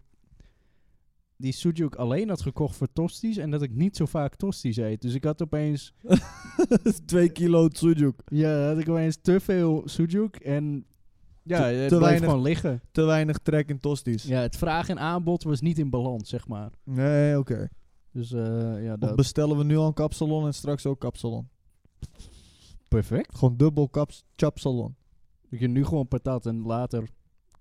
[SPEAKER 1] die sujuk alleen had gekocht voor tosties en dat ik niet zo vaak tosties eet. Dus ik had opeens,
[SPEAKER 2] Twee kilo sujuk.
[SPEAKER 1] ja, had ik opeens te veel sujuk en ja,
[SPEAKER 2] Te-
[SPEAKER 1] het
[SPEAKER 2] te
[SPEAKER 1] bleef
[SPEAKER 2] weinig.
[SPEAKER 1] gewoon liggen.
[SPEAKER 2] Te weinig trek in tosties.
[SPEAKER 1] Ja, het vraag en aanbod was niet in balans, zeg maar.
[SPEAKER 2] Nee, oké.
[SPEAKER 1] Dus eh, ja,
[SPEAKER 2] Of
[SPEAKER 1] dat
[SPEAKER 2] bestellen we nu al een kapsalon en straks ook kapsalon?
[SPEAKER 1] perfect.
[SPEAKER 2] Gewoon dubbel kaps chapsalon.
[SPEAKER 1] Ik heb nu gewoon patat en later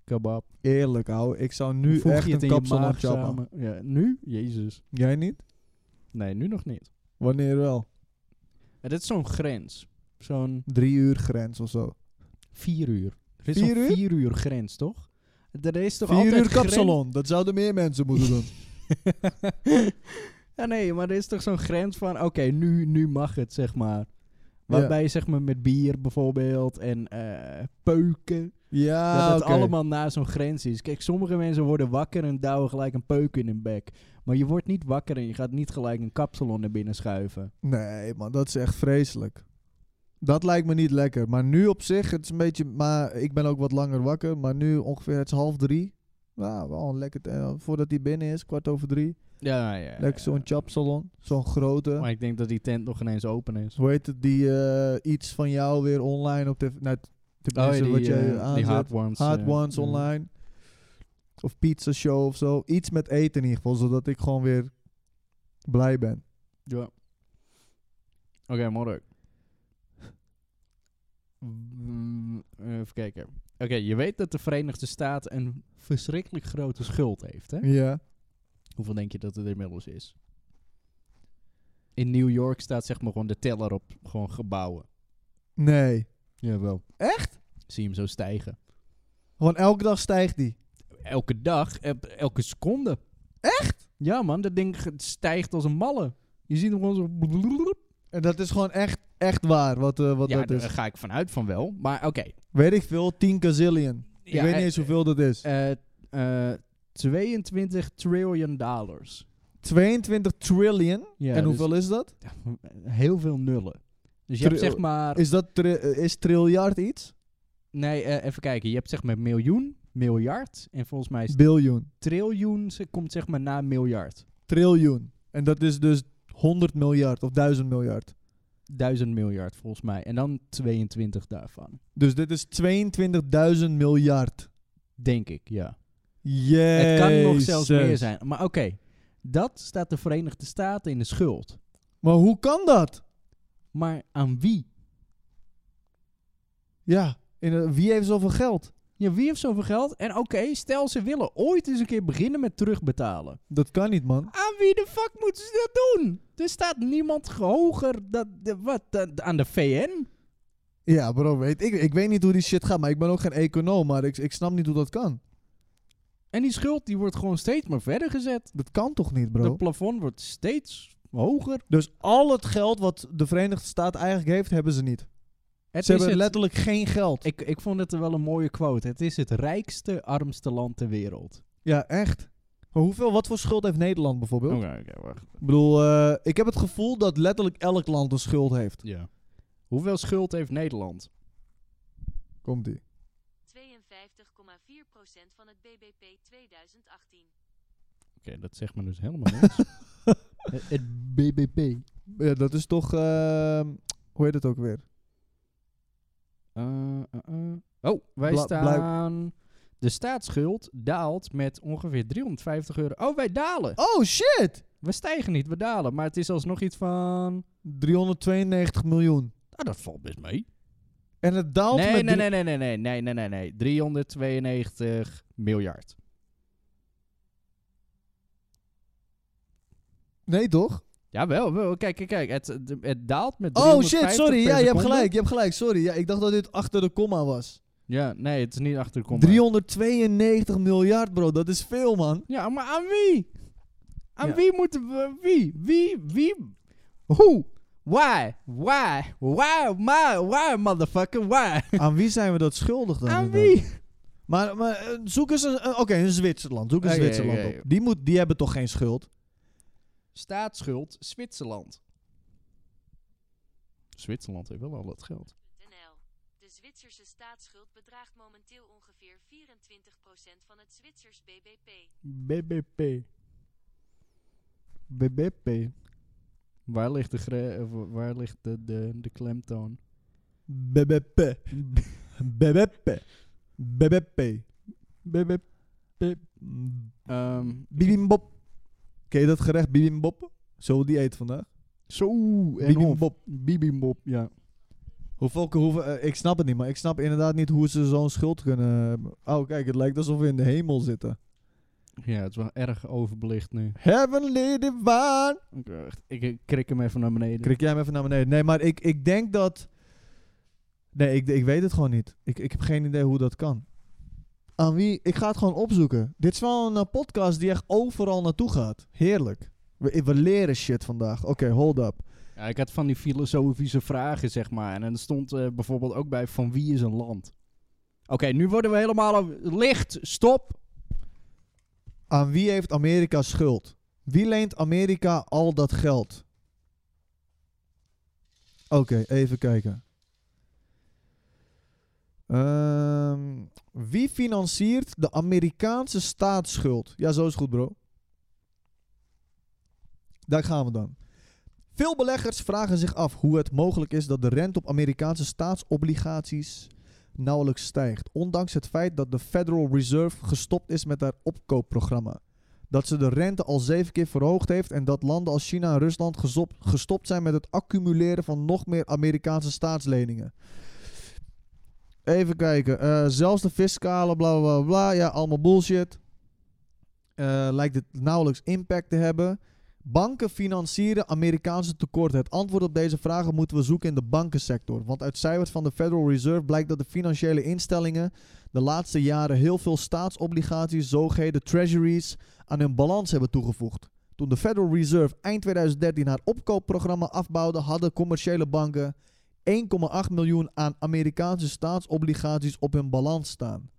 [SPEAKER 1] kebab.
[SPEAKER 2] Eerlijk, ouwe. Ik zou nu
[SPEAKER 1] Voeg
[SPEAKER 2] echt
[SPEAKER 1] je het
[SPEAKER 2] een
[SPEAKER 1] in je
[SPEAKER 2] kapsalon
[SPEAKER 1] maag
[SPEAKER 2] chappen.
[SPEAKER 1] samen. Ja, nu? Jezus.
[SPEAKER 2] Jij niet?
[SPEAKER 1] Nee, nu nog niet.
[SPEAKER 2] Wanneer wel?
[SPEAKER 1] En dit is zo'n grens. Zo'n
[SPEAKER 2] Drie uur grens of zo.
[SPEAKER 1] vier uur. Er is
[SPEAKER 2] Vier
[SPEAKER 1] zo'n
[SPEAKER 2] uur?
[SPEAKER 1] vier uur grens, toch? Er is toch
[SPEAKER 2] Vier
[SPEAKER 1] altijd
[SPEAKER 2] uur
[SPEAKER 1] gren-
[SPEAKER 2] kapsalon. Dat zouden meer mensen moeten doen.
[SPEAKER 1] ja, nee, maar er is toch zo'n grens van... Oké, nu, nu mag het, zeg maar. Waarbij je zeg maar met bier bijvoorbeeld en eh, peuken...
[SPEAKER 2] Ja,
[SPEAKER 1] dat het
[SPEAKER 2] Ah, oké.
[SPEAKER 1] allemaal na zo'n grens is. Kijk, sommige mensen worden wakker en douwen gelijk een peuk in hun bek. Maar je wordt niet wakker en je gaat niet gelijk een kapsalon naar binnen schuiven.
[SPEAKER 2] Nee, man, dat is echt vreselijk. Dat lijkt me niet lekker. Maar nu op zich, het is een beetje... Maar ik ben ook wat langer wakker. Maar nu ongeveer, het is half drie. Nou, wel een lekker... eh, voordat hij binnen is, kwart over drie.
[SPEAKER 1] Ja, ja.
[SPEAKER 2] lekker zo'n chapsalon. Zo'n grote.
[SPEAKER 1] Maar ik denk dat die tent nog ineens open is.
[SPEAKER 2] Hoe heet het? Die eh, iets van jou weer online op tv... Nou, tenminste, wat jij
[SPEAKER 1] eh, die
[SPEAKER 2] aanzet.
[SPEAKER 1] hard ones.
[SPEAKER 2] Hard
[SPEAKER 1] eh,
[SPEAKER 2] Ones
[SPEAKER 1] ja.
[SPEAKER 2] online. Of pizza show of zo. Iets met eten in ieder geval, zodat ik gewoon weer blij ben.
[SPEAKER 1] Ja. Oké, morgen. Mm, Even kijken. Oké, je weet dat de Verenigde Staten een verschrikkelijk grote schuld heeft, hè?
[SPEAKER 2] Ja.
[SPEAKER 1] Hoeveel denk je dat het inmiddels is? In New York staat zeg maar gewoon de teller op gewoon gebouwen.
[SPEAKER 2] Nee.
[SPEAKER 1] Jawel.
[SPEAKER 2] Echt?
[SPEAKER 1] Zie je hem zo stijgen.
[SPEAKER 2] Gewoon elke dag stijgt die.
[SPEAKER 1] Elke dag, eh, elke seconde. Echt? Ja man, dat ding ge- stijgt als een malle. Je ziet hem gewoon zo...
[SPEAKER 2] En dat is gewoon echt, echt waar wat, eh, wat
[SPEAKER 1] ja,
[SPEAKER 2] dat
[SPEAKER 1] daar
[SPEAKER 2] is.
[SPEAKER 1] ga ik vanuit van wel. Maar oké.
[SPEAKER 2] Weet ik veel, 10 kazillion. Ik
[SPEAKER 1] Ja,
[SPEAKER 2] weet niet
[SPEAKER 1] eh,
[SPEAKER 2] eens hoeveel dat is.
[SPEAKER 1] eh, eh, 22 trillion dollars.
[SPEAKER 2] 22 trillion.
[SPEAKER 1] Ja,
[SPEAKER 2] en
[SPEAKER 1] dus
[SPEAKER 2] hoeveel is dat?
[SPEAKER 1] Heel veel nullen. Dus je hebt
[SPEAKER 2] Terug-
[SPEAKER 1] zeg maar...
[SPEAKER 2] Is dat tri- eh, is triljard iets?
[SPEAKER 1] Nee, eh, even kijken. Je hebt zeg maar miljoen, miljard. En volgens mij is
[SPEAKER 2] Biljoen.
[SPEAKER 1] triljoen, ze komt zeg maar na miljard.
[SPEAKER 2] Triljoen. En dat is dus 100 miljard of 1000 miljard.
[SPEAKER 1] Duizend miljard volgens mij. En dan 22 daarvan.
[SPEAKER 2] Dus dit is 22.000 miljard.
[SPEAKER 1] Denk ik, ja.
[SPEAKER 2] Jezus.
[SPEAKER 1] Het kan nog zelfs meer zijn. Maar oké, dat staat de Verenigde Staten in de schuld.
[SPEAKER 2] Maar hoe kan dat?
[SPEAKER 1] Maar aan wie?
[SPEAKER 2] Ja, in, eh, wie heeft zoveel geld?
[SPEAKER 1] Ja, wie heeft zoveel geld? En oké, stel ze willen ooit eens een keer beginnen met terugbetalen.
[SPEAKER 2] Dat kan niet, man.
[SPEAKER 1] Aan wie de fuck moeten ze dat doen? Er staat niemand hoger dan, de- wat, dan- aan de VN?
[SPEAKER 2] Ja, bro, weet ik, ik weet niet hoe die shit gaat, maar ik ben ook geen econoom, maar ik, ik snap niet hoe dat kan.
[SPEAKER 1] En die schuld die wordt gewoon steeds maar verder gezet.
[SPEAKER 2] Dat kan toch niet,
[SPEAKER 1] Het
[SPEAKER 2] bro?
[SPEAKER 1] plafond wordt steeds hoger.
[SPEAKER 2] Dus al het geld wat de Verenigde Staten eigenlijk heeft, hebben ze niet.
[SPEAKER 1] Het
[SPEAKER 2] ze
[SPEAKER 1] is
[SPEAKER 2] hebben
[SPEAKER 1] het-
[SPEAKER 2] letterlijk geen geld.
[SPEAKER 1] ik, ik vond het wel een mooie quote. Het is het rijkste, armste land ter wereld.
[SPEAKER 2] Ja, echt. Maar hoeveel, wat voor schuld heeft Nederland bijvoorbeeld?
[SPEAKER 1] wacht.
[SPEAKER 2] Ik bedoel, eh, ik heb het gevoel dat letterlijk elk land een schuld heeft.
[SPEAKER 1] Ja. Hoeveel schuld heeft Nederland?
[SPEAKER 2] Komt-ie.
[SPEAKER 3] 52,4% van het BBP 2018.
[SPEAKER 1] Oké, dat zegt me dus helemaal niks. Eh, het, het BBP.
[SPEAKER 2] Ja, dat is toch, eh, hoe heet het ook weer?
[SPEAKER 1] Eh, eh, eh. Oh, wij
[SPEAKER 2] Bla- blijk-
[SPEAKER 1] staan... De staatsschuld daalt met ongeveer 350 euro. Oh, wij dalen.
[SPEAKER 2] Oh, shit!
[SPEAKER 1] We stijgen niet, we dalen. Maar het is alsnog iets van...
[SPEAKER 2] 392 miljoen.
[SPEAKER 1] Nou, dat valt best mee.
[SPEAKER 2] En het daalt met...
[SPEAKER 1] Nee, nee, nee,
[SPEAKER 2] drie-
[SPEAKER 1] nee, nee, nee, nee, nee, nee, nee. 392 miljard.
[SPEAKER 2] nee, toch?
[SPEAKER 1] Jawel, wel. Kijk, kijk, kijk. Het, het- het daalt met
[SPEAKER 2] Oh shit,
[SPEAKER 1] 350
[SPEAKER 2] sorry.
[SPEAKER 1] per
[SPEAKER 2] Ja, je hebt
[SPEAKER 1] seconde.
[SPEAKER 2] gelijk. Je hebt gelijk. Sorry. Ja, ik dacht dat dit achter de komma was.
[SPEAKER 1] Ja, nee, het is niet achter de komma.
[SPEAKER 2] 392 miljard, bro. Dat is veel, man.
[SPEAKER 1] Ja, maar aan wie? Aan
[SPEAKER 2] Ja.
[SPEAKER 1] wie moeten we... Wie? Wie? Wie? Hoe? Why? Why? Why? My, why, motherfucker? Why?
[SPEAKER 2] Aan wie zijn we dat schuldig dan?
[SPEAKER 1] aan
[SPEAKER 2] inderdaad?
[SPEAKER 1] wie?
[SPEAKER 2] Maar, maar eh, zoek eens een... eh, Oké, een Zwitserland. Zoek een
[SPEAKER 1] Oké,
[SPEAKER 2] Zwitserland
[SPEAKER 1] oké.
[SPEAKER 2] op. Die, moet, die hebben toch geen schuld?
[SPEAKER 1] Staatsschuld Zwitserland. Zwitserland heeft wel al dat geld.
[SPEAKER 3] NL. De Zwitserse staatsschuld bedraagt momenteel ongeveer 24% van het Zwitsers BBP.
[SPEAKER 1] BBP. BBP. Waar ligt de, gre- eh, wa- waar ligt de, de, de klemtoon?
[SPEAKER 2] BBP. BBP. BBP.
[SPEAKER 1] BBP. Ehm,
[SPEAKER 2] Bibimbop. Ken je dat gerecht bibimbop? Zullen we die eten vandaag?
[SPEAKER 1] zo, en of.
[SPEAKER 2] Bibimbop.
[SPEAKER 1] Bibimbop, ja.
[SPEAKER 2] Hoeveel, hoeveel, eh, ik snap het niet, maar ik snap inderdaad niet hoe ze zo'n schuld kunnen. Oh, kijk, het lijkt alsof we in de hemel zitten.
[SPEAKER 1] Ja, het is wel erg overbelicht nu.
[SPEAKER 2] Heavenly divine.
[SPEAKER 1] Ik, eh, echt- ik eh, krik hem even naar beneden.
[SPEAKER 2] Krik jij hem even naar beneden? Nee, maar ik, ik denk dat. Nee, ik, ik weet het gewoon niet. Ik, ik heb geen idee hoe dat kan. Aan wie? Ik ga het gewoon opzoeken. Dit is wel een eh, podcast die echt overal naartoe gaat. Heerlijk. We, we leren shit vandaag. Oké, hold up.
[SPEAKER 1] Ja, ik had van die filosofische vragen, zeg maar. En er stond eh, bijvoorbeeld ook bij van wie is een land? Oké, nu worden we helemaal... over- Licht, stop!
[SPEAKER 2] Aan wie heeft Amerika schuld? Wie leent Amerika al dat geld? Oké, even kijken. Ehm, wie financiert de Amerikaanse staatsschuld? Ja, zo is goed, bro. Daar gaan we dan. Veel beleggers vragen zich af hoe het mogelijk is dat de rente op Amerikaanse staatsobligaties nauwelijks stijgt. Ondanks het feit dat de Federal Reserve gestopt is met haar opkoopprogramma. Dat ze de rente al zeven keer verhoogd heeft en dat landen als China en Rusland gezop- gestopt zijn met het accumuleren van nog meer Amerikaanse staatsleningen. Even kijken. eh, zelfs de fiscale bla bla bla. bla, Ja, allemaal bullshit. Eh, lijkt het nauwelijks impact te hebben. Banken financieren Amerikaanse tekorten. Het antwoord op deze vragen moeten we zoeken in de bankensector. Want uit cijfers van de Federal Reserve blijkt dat de financiële instellingen de laatste jaren heel veel staatsobligaties, zogeheten treasuries, aan hun balans hebben toegevoegd. Toen de Federal Reserve eind 2013 haar opkoopprogramma afbouwde, hadden commerciële banken 1,8 miljoen aan Amerikaanse staatsobligaties op hun balans staan.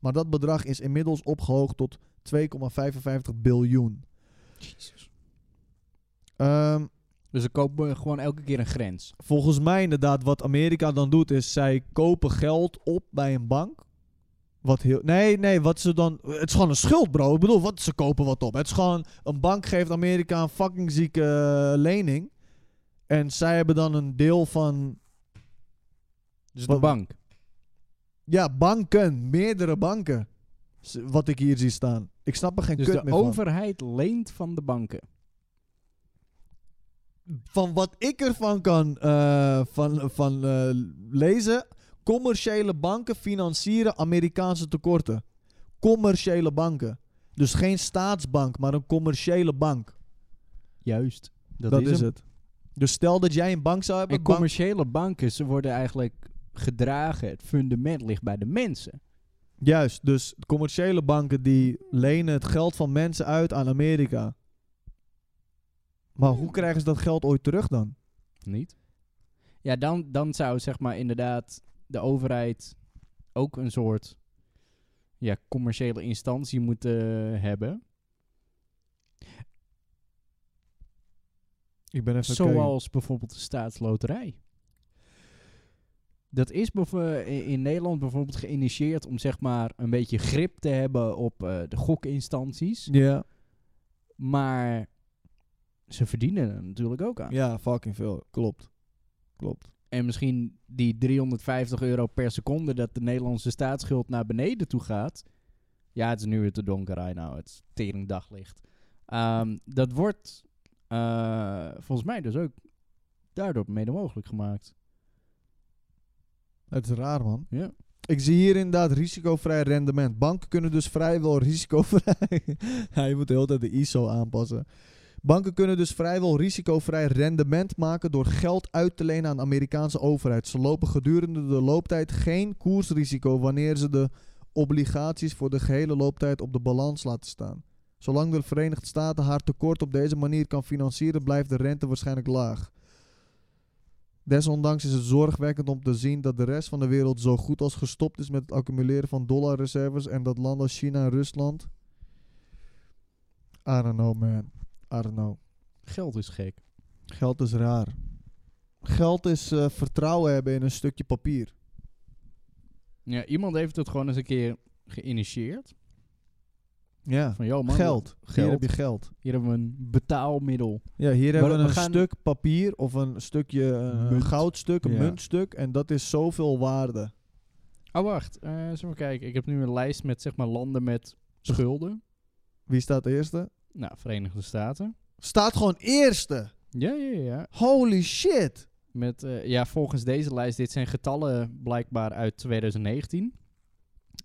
[SPEAKER 2] Maar dat bedrag is inmiddels opgehoogd tot 2,55 biljoen.
[SPEAKER 1] Jezus.
[SPEAKER 2] Ehm,
[SPEAKER 1] Dus ze kopen gewoon elke keer een grens.
[SPEAKER 2] Volgens mij inderdaad, wat Amerika dan doet, is zij kopen geld op bij een bank. Wat heel, nee, nee, wat ze dan. Het is gewoon een schuld, bro. Ik bedoel, wat, ze kopen wat op. Het is gewoon. Een bank geeft Amerika een fucking zieke eh, lening. En zij hebben dan een deel van.
[SPEAKER 1] Dus de
[SPEAKER 2] Wat-
[SPEAKER 1] bank.
[SPEAKER 2] Ja, banken. Meerdere banken. S- Wat ik hier zie staan. Ik snap er geen
[SPEAKER 1] Dus
[SPEAKER 2] kut
[SPEAKER 1] de
[SPEAKER 2] meer van.
[SPEAKER 1] overheid leent van de banken.
[SPEAKER 2] van wat ik ervan kan eh, van, van, eh, lezen. Commerciële banken financieren Amerikaanse tekorten. Commerciële banken. Dus geen staatsbank, maar een commerciële bank.
[SPEAKER 1] Juist. Dat,
[SPEAKER 2] Dat, is, het. Dus stel dat jij een bank zou hebben.
[SPEAKER 1] En
[SPEAKER 2] bank-
[SPEAKER 1] commerciële banken, ze worden eigenlijk gedragen. Het fundament ligt bij de mensen.
[SPEAKER 2] Juist, dus commerciële banken die lenen het geld van mensen uit aan Amerika. Maar hoe krijgen ze dat geld ooit terug dan?
[SPEAKER 1] Niet? Ja, dan, dan zou zeg maar inderdaad de overheid ook een soort ja, commerciële instantie moeten eh, hebben.
[SPEAKER 2] Ik ben even kijken.
[SPEAKER 1] Zoals bijvoorbeeld de staatsloterij. Dat is bijvo- i- in Nederland bijvoorbeeld geïnitieerd om zeg maar een beetje grip te hebben op eh, de gokinstanties.
[SPEAKER 2] Ja.
[SPEAKER 1] Maar ze verdienen er natuurlijk ook aan.
[SPEAKER 2] ja, fucking veel. Klopt. Klopt.
[SPEAKER 1] En misschien die 350 euro per seconde dat de Nederlandse staatsschuld naar beneden toe gaat. Ja, het is nu weer te donker, I know. Het is tering daglicht. Ehm, dat wordt eh, volgens mij dus ook daardoor mede mogelijk gemaakt.
[SPEAKER 2] Het is raar, man.
[SPEAKER 1] Ja.
[SPEAKER 2] Ik zie hier inderdaad risicovrij rendement. Banken kunnen dus vrijwel risicovrij. Hij moet de hele tijd de ISO aanpassen. Banken kunnen dus vrijwel risicovrij rendement maken door geld uit te lenen aan de Amerikaanse overheid. Ze lopen gedurende de looptijd geen koersrisico wanneer ze de obligaties voor de gehele looptijd op de balans laten staan. Zolang de Verenigde Staten haar tekort op deze manier kan financieren, blijft de rente waarschijnlijk laag. Desondanks is het zorgwekkend om te zien dat de rest van de wereld zo goed als gestopt is met het accumuleren van dollarreserves en dat landen als China en Rusland. I don't know, man. I don't know.
[SPEAKER 1] Geld is gek.
[SPEAKER 2] Geld is raar. Geld is eh, vertrouwen hebben in een stukje papier.
[SPEAKER 1] Ja, iemand heeft het gewoon eens een keer geïnitieerd.
[SPEAKER 2] Ja.
[SPEAKER 1] Van, joh man,
[SPEAKER 2] Geld. Hier
[SPEAKER 1] Geld.
[SPEAKER 2] heb je geld.
[SPEAKER 1] Hier hebben we een betaalmiddel.
[SPEAKER 2] Ja, hier hebben we
[SPEAKER 1] we
[SPEAKER 2] een
[SPEAKER 1] gaan-
[SPEAKER 2] stuk papier of een stukje eh,
[SPEAKER 1] Munt.
[SPEAKER 2] goudstuk, een
[SPEAKER 1] Ja.
[SPEAKER 2] muntstuk en dat is zoveel waarde.
[SPEAKER 1] Oh, wacht. Eh eens even kijken. Ik heb nu een lijst met zeg maar landen met schulden.
[SPEAKER 2] Wie staat eerste?
[SPEAKER 1] Nou, Verenigde Staten.
[SPEAKER 2] Staat gewoon eerste.
[SPEAKER 1] Ja, ja, ja, ja.
[SPEAKER 2] Holy shit.
[SPEAKER 1] Met, eh, ja, volgens deze lijst, dit zijn getallen blijkbaar uit 2019.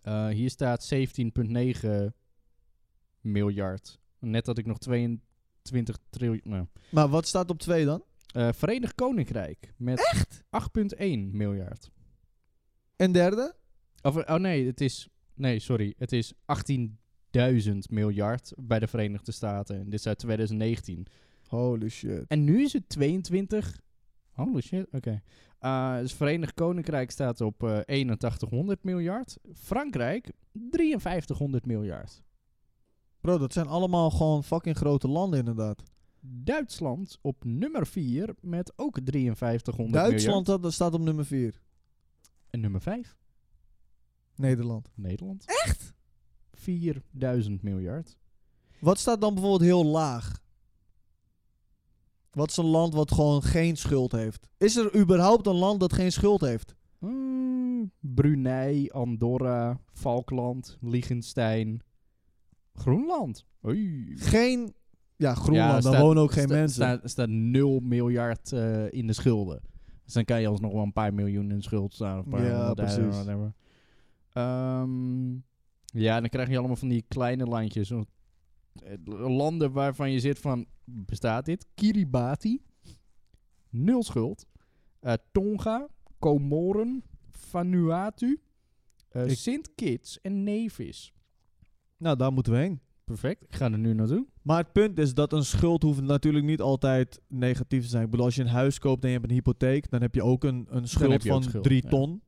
[SPEAKER 1] Eh, hier staat 17,9 miljard. Net dat ik nog 22 triljoen... nou,
[SPEAKER 2] Maar wat staat op twee dan?
[SPEAKER 1] eh, Verenigd Koninkrijk met 8,1 miljard.
[SPEAKER 2] En derde?
[SPEAKER 1] Of, eh, oh nee, het is... Nee, sorry. Het is 18.000 miljard bij de Verenigde Staten. En dit is uit 2019.
[SPEAKER 2] Holy shit.
[SPEAKER 1] En nu is het 22. Holy shit, oké. Eh, dus Verenigd Koninkrijk staat op eh, 8100 miljard. Frankrijk 5300 miljard.
[SPEAKER 2] Bro, dat zijn allemaal gewoon fucking grote landen inderdaad.
[SPEAKER 1] Duitsland op nummer 4 met ook 5300 miljard.
[SPEAKER 2] Duitsland dat, dat staat op nummer 4.
[SPEAKER 1] En nummer 5,
[SPEAKER 2] Nederland.
[SPEAKER 1] Nederland. Echt? 4000 miljard.
[SPEAKER 2] Wat staat dan bijvoorbeeld heel laag? Wat is een land wat gewoon geen schuld heeft? Is er überhaupt een land dat geen schuld heeft?
[SPEAKER 1] Mm, Brunei, Andorra, Falkland, Liechtenstein, Groenland. Oei.
[SPEAKER 2] Geen... Ja, Groenland,
[SPEAKER 1] Ja,
[SPEAKER 2] daar
[SPEAKER 1] staat-
[SPEAKER 2] wonen ook geen
[SPEAKER 1] sta-
[SPEAKER 2] mensen.
[SPEAKER 1] staat- staat 0 miljard eh, in de schulden. Dus dan kan je alsnog wel een paar miljoen in schuld staan. Of een paar
[SPEAKER 2] Ja,
[SPEAKER 1] honderdduizend,
[SPEAKER 2] precies.
[SPEAKER 1] whatever. Ehm, ja, dan krijg je allemaal van die kleine landjes. Zo- eh, Landen waarvan je zit van, bestaat dit? Kiribati, nul schuld. Eh, Tonga, Comoren, Vanuatu, eh,
[SPEAKER 2] Ik-
[SPEAKER 1] Sint Kitts en Nevis.
[SPEAKER 2] Nou, daar moeten we heen.
[SPEAKER 1] Perfect, ik ga er nu naartoe.
[SPEAKER 2] Maar het punt is dat een schuld hoeft natuurlijk niet altijd negatief te zijn. Ik bedoel, als je een huis koopt en je hebt een hypotheek, dan heb je ook een, een schuld
[SPEAKER 1] heb je ook
[SPEAKER 2] van
[SPEAKER 1] schuld,
[SPEAKER 2] 3
[SPEAKER 1] ja.
[SPEAKER 2] ton.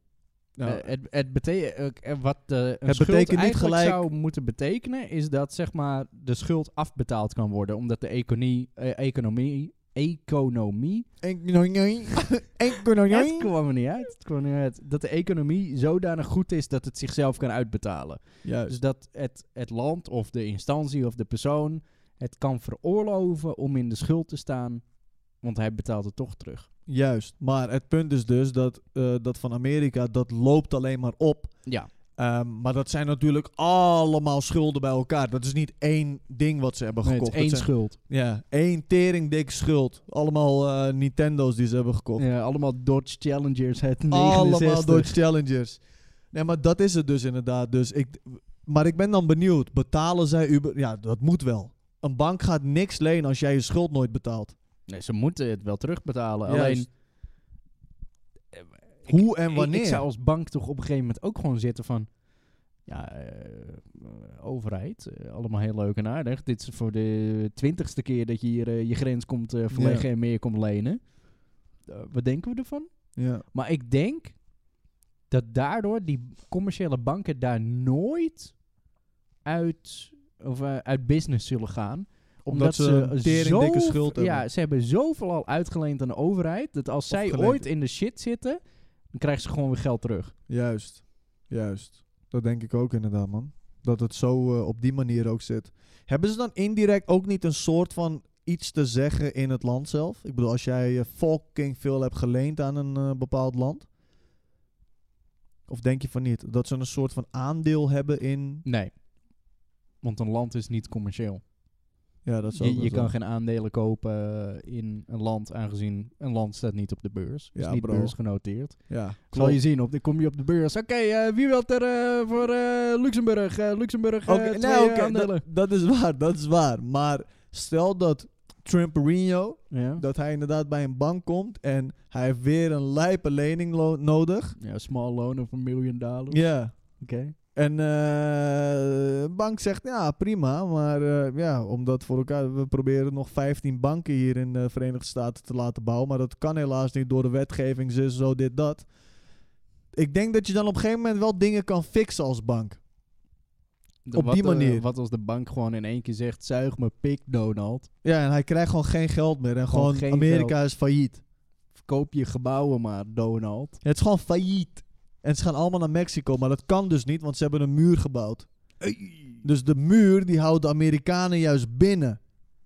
[SPEAKER 2] Nou,
[SPEAKER 1] Eh, het het betekent wat eh, een
[SPEAKER 2] betekent
[SPEAKER 1] schuld
[SPEAKER 2] niet
[SPEAKER 1] eigenlijk
[SPEAKER 2] gelijk-
[SPEAKER 1] zou moeten betekenen is dat zeg maar de schuld afbetaald kan worden omdat de economie, eh, economie economie.
[SPEAKER 2] Economie.
[SPEAKER 1] Het
[SPEAKER 2] Economie.
[SPEAKER 1] kwam er niet uit. Het kwam er niet uit. Dat de economie zodanig goed is dat het zichzelf kan uitbetalen.
[SPEAKER 2] Juist.
[SPEAKER 1] Dus dat het, het land of de instantie of de persoon het kan veroorloven om in de schuld te staan, want hij betaalt het toch terug.
[SPEAKER 2] Juist. Maar het punt is dus dat, eh, dat van Amerika, dat loopt alleen maar op.
[SPEAKER 1] Ja,
[SPEAKER 2] Ehm, maar dat zijn natuurlijk allemaal schulden bij elkaar. Dat is niet één ding wat ze hebben
[SPEAKER 1] nee, het
[SPEAKER 2] gekocht.
[SPEAKER 1] is één
[SPEAKER 2] Dat zijn-
[SPEAKER 1] schuld.
[SPEAKER 2] Ja, één teringdik schuld. Allemaal eh, Nintendo's die ze hebben gekocht.
[SPEAKER 1] Ja, allemaal Dodge Challengers, het 69.
[SPEAKER 2] Allemaal Dodge Challengers. Nee, maar dat is het dus inderdaad. Dus ik, maar ik ben dan benieuwd. Betalen zij... Uber, ja, dat moet wel. Een bank gaat niks lenen als jij je schuld nooit betaalt.
[SPEAKER 1] Nee, ze moeten het wel terugbetalen.
[SPEAKER 2] Juist.
[SPEAKER 1] Alleen. eh, ik-
[SPEAKER 2] Hoe en
[SPEAKER 1] ik-
[SPEAKER 2] wanneer?
[SPEAKER 1] Ik, zou als bank toch op een gegeven moment ook gewoon zitten van. Ja, eh, overheid, eh, allemaal heel leuk en aardig. Dit is voor de twintigste keer dat je hier eh, je grens komt eh, verleggen en meer komt lenen. Eh, wat denken we ervan?
[SPEAKER 2] Ja.
[SPEAKER 1] Maar ik denk dat daardoor die commerciële banken daar nooit uit, of, eh, uit business zullen gaan.
[SPEAKER 2] Omdat ze een teringdikke schuld hebben.
[SPEAKER 1] Ja, ze hebben zoveel al uitgeleend aan de overheid... dat als zij
[SPEAKER 2] geleend.
[SPEAKER 1] ooit in de shit zitten... dan krijgen ze gewoon weer geld terug.
[SPEAKER 2] Juist. Juist. Dat denk ik ook inderdaad, man. Dat het zo eh, op die manier ook zit. Hebben ze dan indirect ook niet een soort van iets te zeggen in het land zelf? Ik bedoel, als jij eh, fucking veel hebt geleend aan een eh, bepaald land? Of denk je van niet? Dat ze een soort van aandeel hebben in...
[SPEAKER 1] Nee. Want een land is niet commercieel.
[SPEAKER 2] Ja, dat zou
[SPEAKER 1] Je, je kan geen aandelen kopen eh, in een land... aangezien een land staat niet op de beurs. Is
[SPEAKER 2] Ja,
[SPEAKER 1] niet
[SPEAKER 2] bro.
[SPEAKER 1] beursgenoteerd.
[SPEAKER 2] Ja,
[SPEAKER 1] Zal je zien, op de, kom je op de beurs. Oké, eh, wie wil er eh, voor eh, Luxemburg? eh, Luxemburg, eh
[SPEAKER 2] Oké,
[SPEAKER 1] twee
[SPEAKER 2] nee,
[SPEAKER 1] eh,
[SPEAKER 2] oké, dat,
[SPEAKER 1] aandelen.
[SPEAKER 2] dat is waar, dat is waar. Maar stel dat Tramperino,
[SPEAKER 1] Ja.
[SPEAKER 2] dat hij inderdaad bij een bank komt en hij heeft weer een lijpe lening lo- nodig.
[SPEAKER 1] ja, small loan of een miljoen dollar.
[SPEAKER 2] Ja.
[SPEAKER 1] Oké.
[SPEAKER 2] En eh, de bank zegt, ja, prima. Maar eh, ja, omdat voor elkaar... We proberen nog 15 banken hier in de Verenigde Staten te laten bouwen. Maar dat kan helaas niet door de wetgeving, zus, zo, dit, dat. Ik denk dat je dan op een gegeven moment wel dingen kan fixen als bank.
[SPEAKER 1] De-
[SPEAKER 2] Op
[SPEAKER 1] wat,
[SPEAKER 2] die
[SPEAKER 1] eh,
[SPEAKER 2] manier.
[SPEAKER 1] wat als de bank gewoon in één keer zegt, zuig me pik, Donald.
[SPEAKER 2] Ja, en hij krijgt gewoon geen geld meer. En
[SPEAKER 1] Gewoon
[SPEAKER 2] gewoon,
[SPEAKER 1] geen
[SPEAKER 2] Amerika is failliet.
[SPEAKER 1] Verkoop je gebouwen maar, Donald.
[SPEAKER 2] Het is gewoon failliet. En ze gaan allemaal naar Mexico. Maar dat kan dus niet, want ze hebben een muur gebouwd. Dus de muur, die houdt de Amerikanen juist binnen.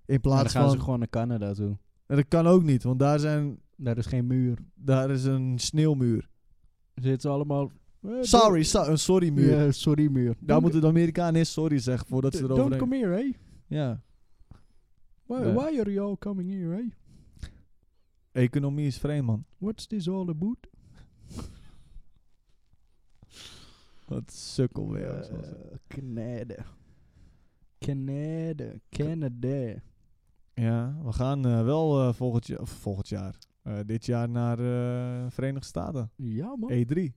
[SPEAKER 2] In
[SPEAKER 1] En
[SPEAKER 2] plaats
[SPEAKER 1] dan gaan
[SPEAKER 2] van...
[SPEAKER 1] ze gewoon naar Canada toe.
[SPEAKER 2] En dat kan ook niet, want daar, zijn,
[SPEAKER 1] Daar is geen muur.
[SPEAKER 2] daar is een sneeuwmuur.
[SPEAKER 1] Zitten ze allemaal... eh,
[SPEAKER 2] Sorry,
[SPEAKER 1] don't-
[SPEAKER 2] so- een sorry muur.
[SPEAKER 1] Ja, sorry muur.
[SPEAKER 2] Daar moeten de Amerikanen eerst sorry zeggen voordat ze
[SPEAKER 1] Don't,
[SPEAKER 2] erover
[SPEAKER 1] don't come here, hey.
[SPEAKER 2] Ja.
[SPEAKER 1] Why,
[SPEAKER 2] Ja.
[SPEAKER 1] why are you all coming here, hey?
[SPEAKER 2] Economie is vreemd, man.
[SPEAKER 1] What's this all about?
[SPEAKER 2] Wat sukkel weer.
[SPEAKER 1] Eh,
[SPEAKER 2] zoals-
[SPEAKER 1] Canada. Canada. Canada.
[SPEAKER 2] Ja, we gaan eh, wel eh, volgend, ja- of volgend jaar, eh, dit jaar naar eh, Verenigde Staten.
[SPEAKER 1] Ja, man.
[SPEAKER 2] E3. E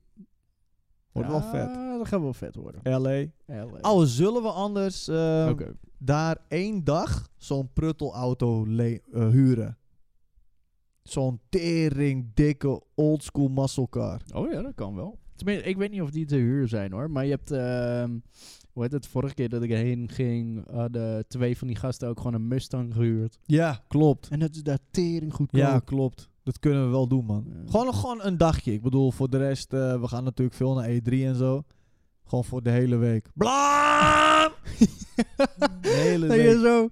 [SPEAKER 2] Wordt wel
[SPEAKER 1] Ja,
[SPEAKER 2] vet.
[SPEAKER 1] Dat gaat wel vet worden. ehm,
[SPEAKER 2] LA.
[SPEAKER 1] LA.
[SPEAKER 2] Oh, zullen we anders eh,
[SPEAKER 1] Oké.
[SPEAKER 2] daar één dag zo'n pruttelauto le- eh, huren? Zo'n tering dikke oldschool muscle car.
[SPEAKER 1] Oh ja, dat kan wel. Tenminste, ik weet niet of die te huur zijn hoor. Maar je hebt, ehm, hoe heet het, vorige keer dat ik heen ging, hadden twee van die gasten ook gewoon een Mustang gehuurd.
[SPEAKER 2] Ja, klopt.
[SPEAKER 1] En dat is daar tering goedkoop.
[SPEAKER 2] Ja, klopt. Dat kunnen we wel doen, man.
[SPEAKER 1] Ja.
[SPEAKER 2] Gewoon, gewoon een dagje. Ik bedoel, voor de rest, eh, we gaan natuurlijk veel naar E3 en zo. Gewoon voor de hele week. Blaam! de hele
[SPEAKER 1] Dat je
[SPEAKER 2] week.
[SPEAKER 1] zo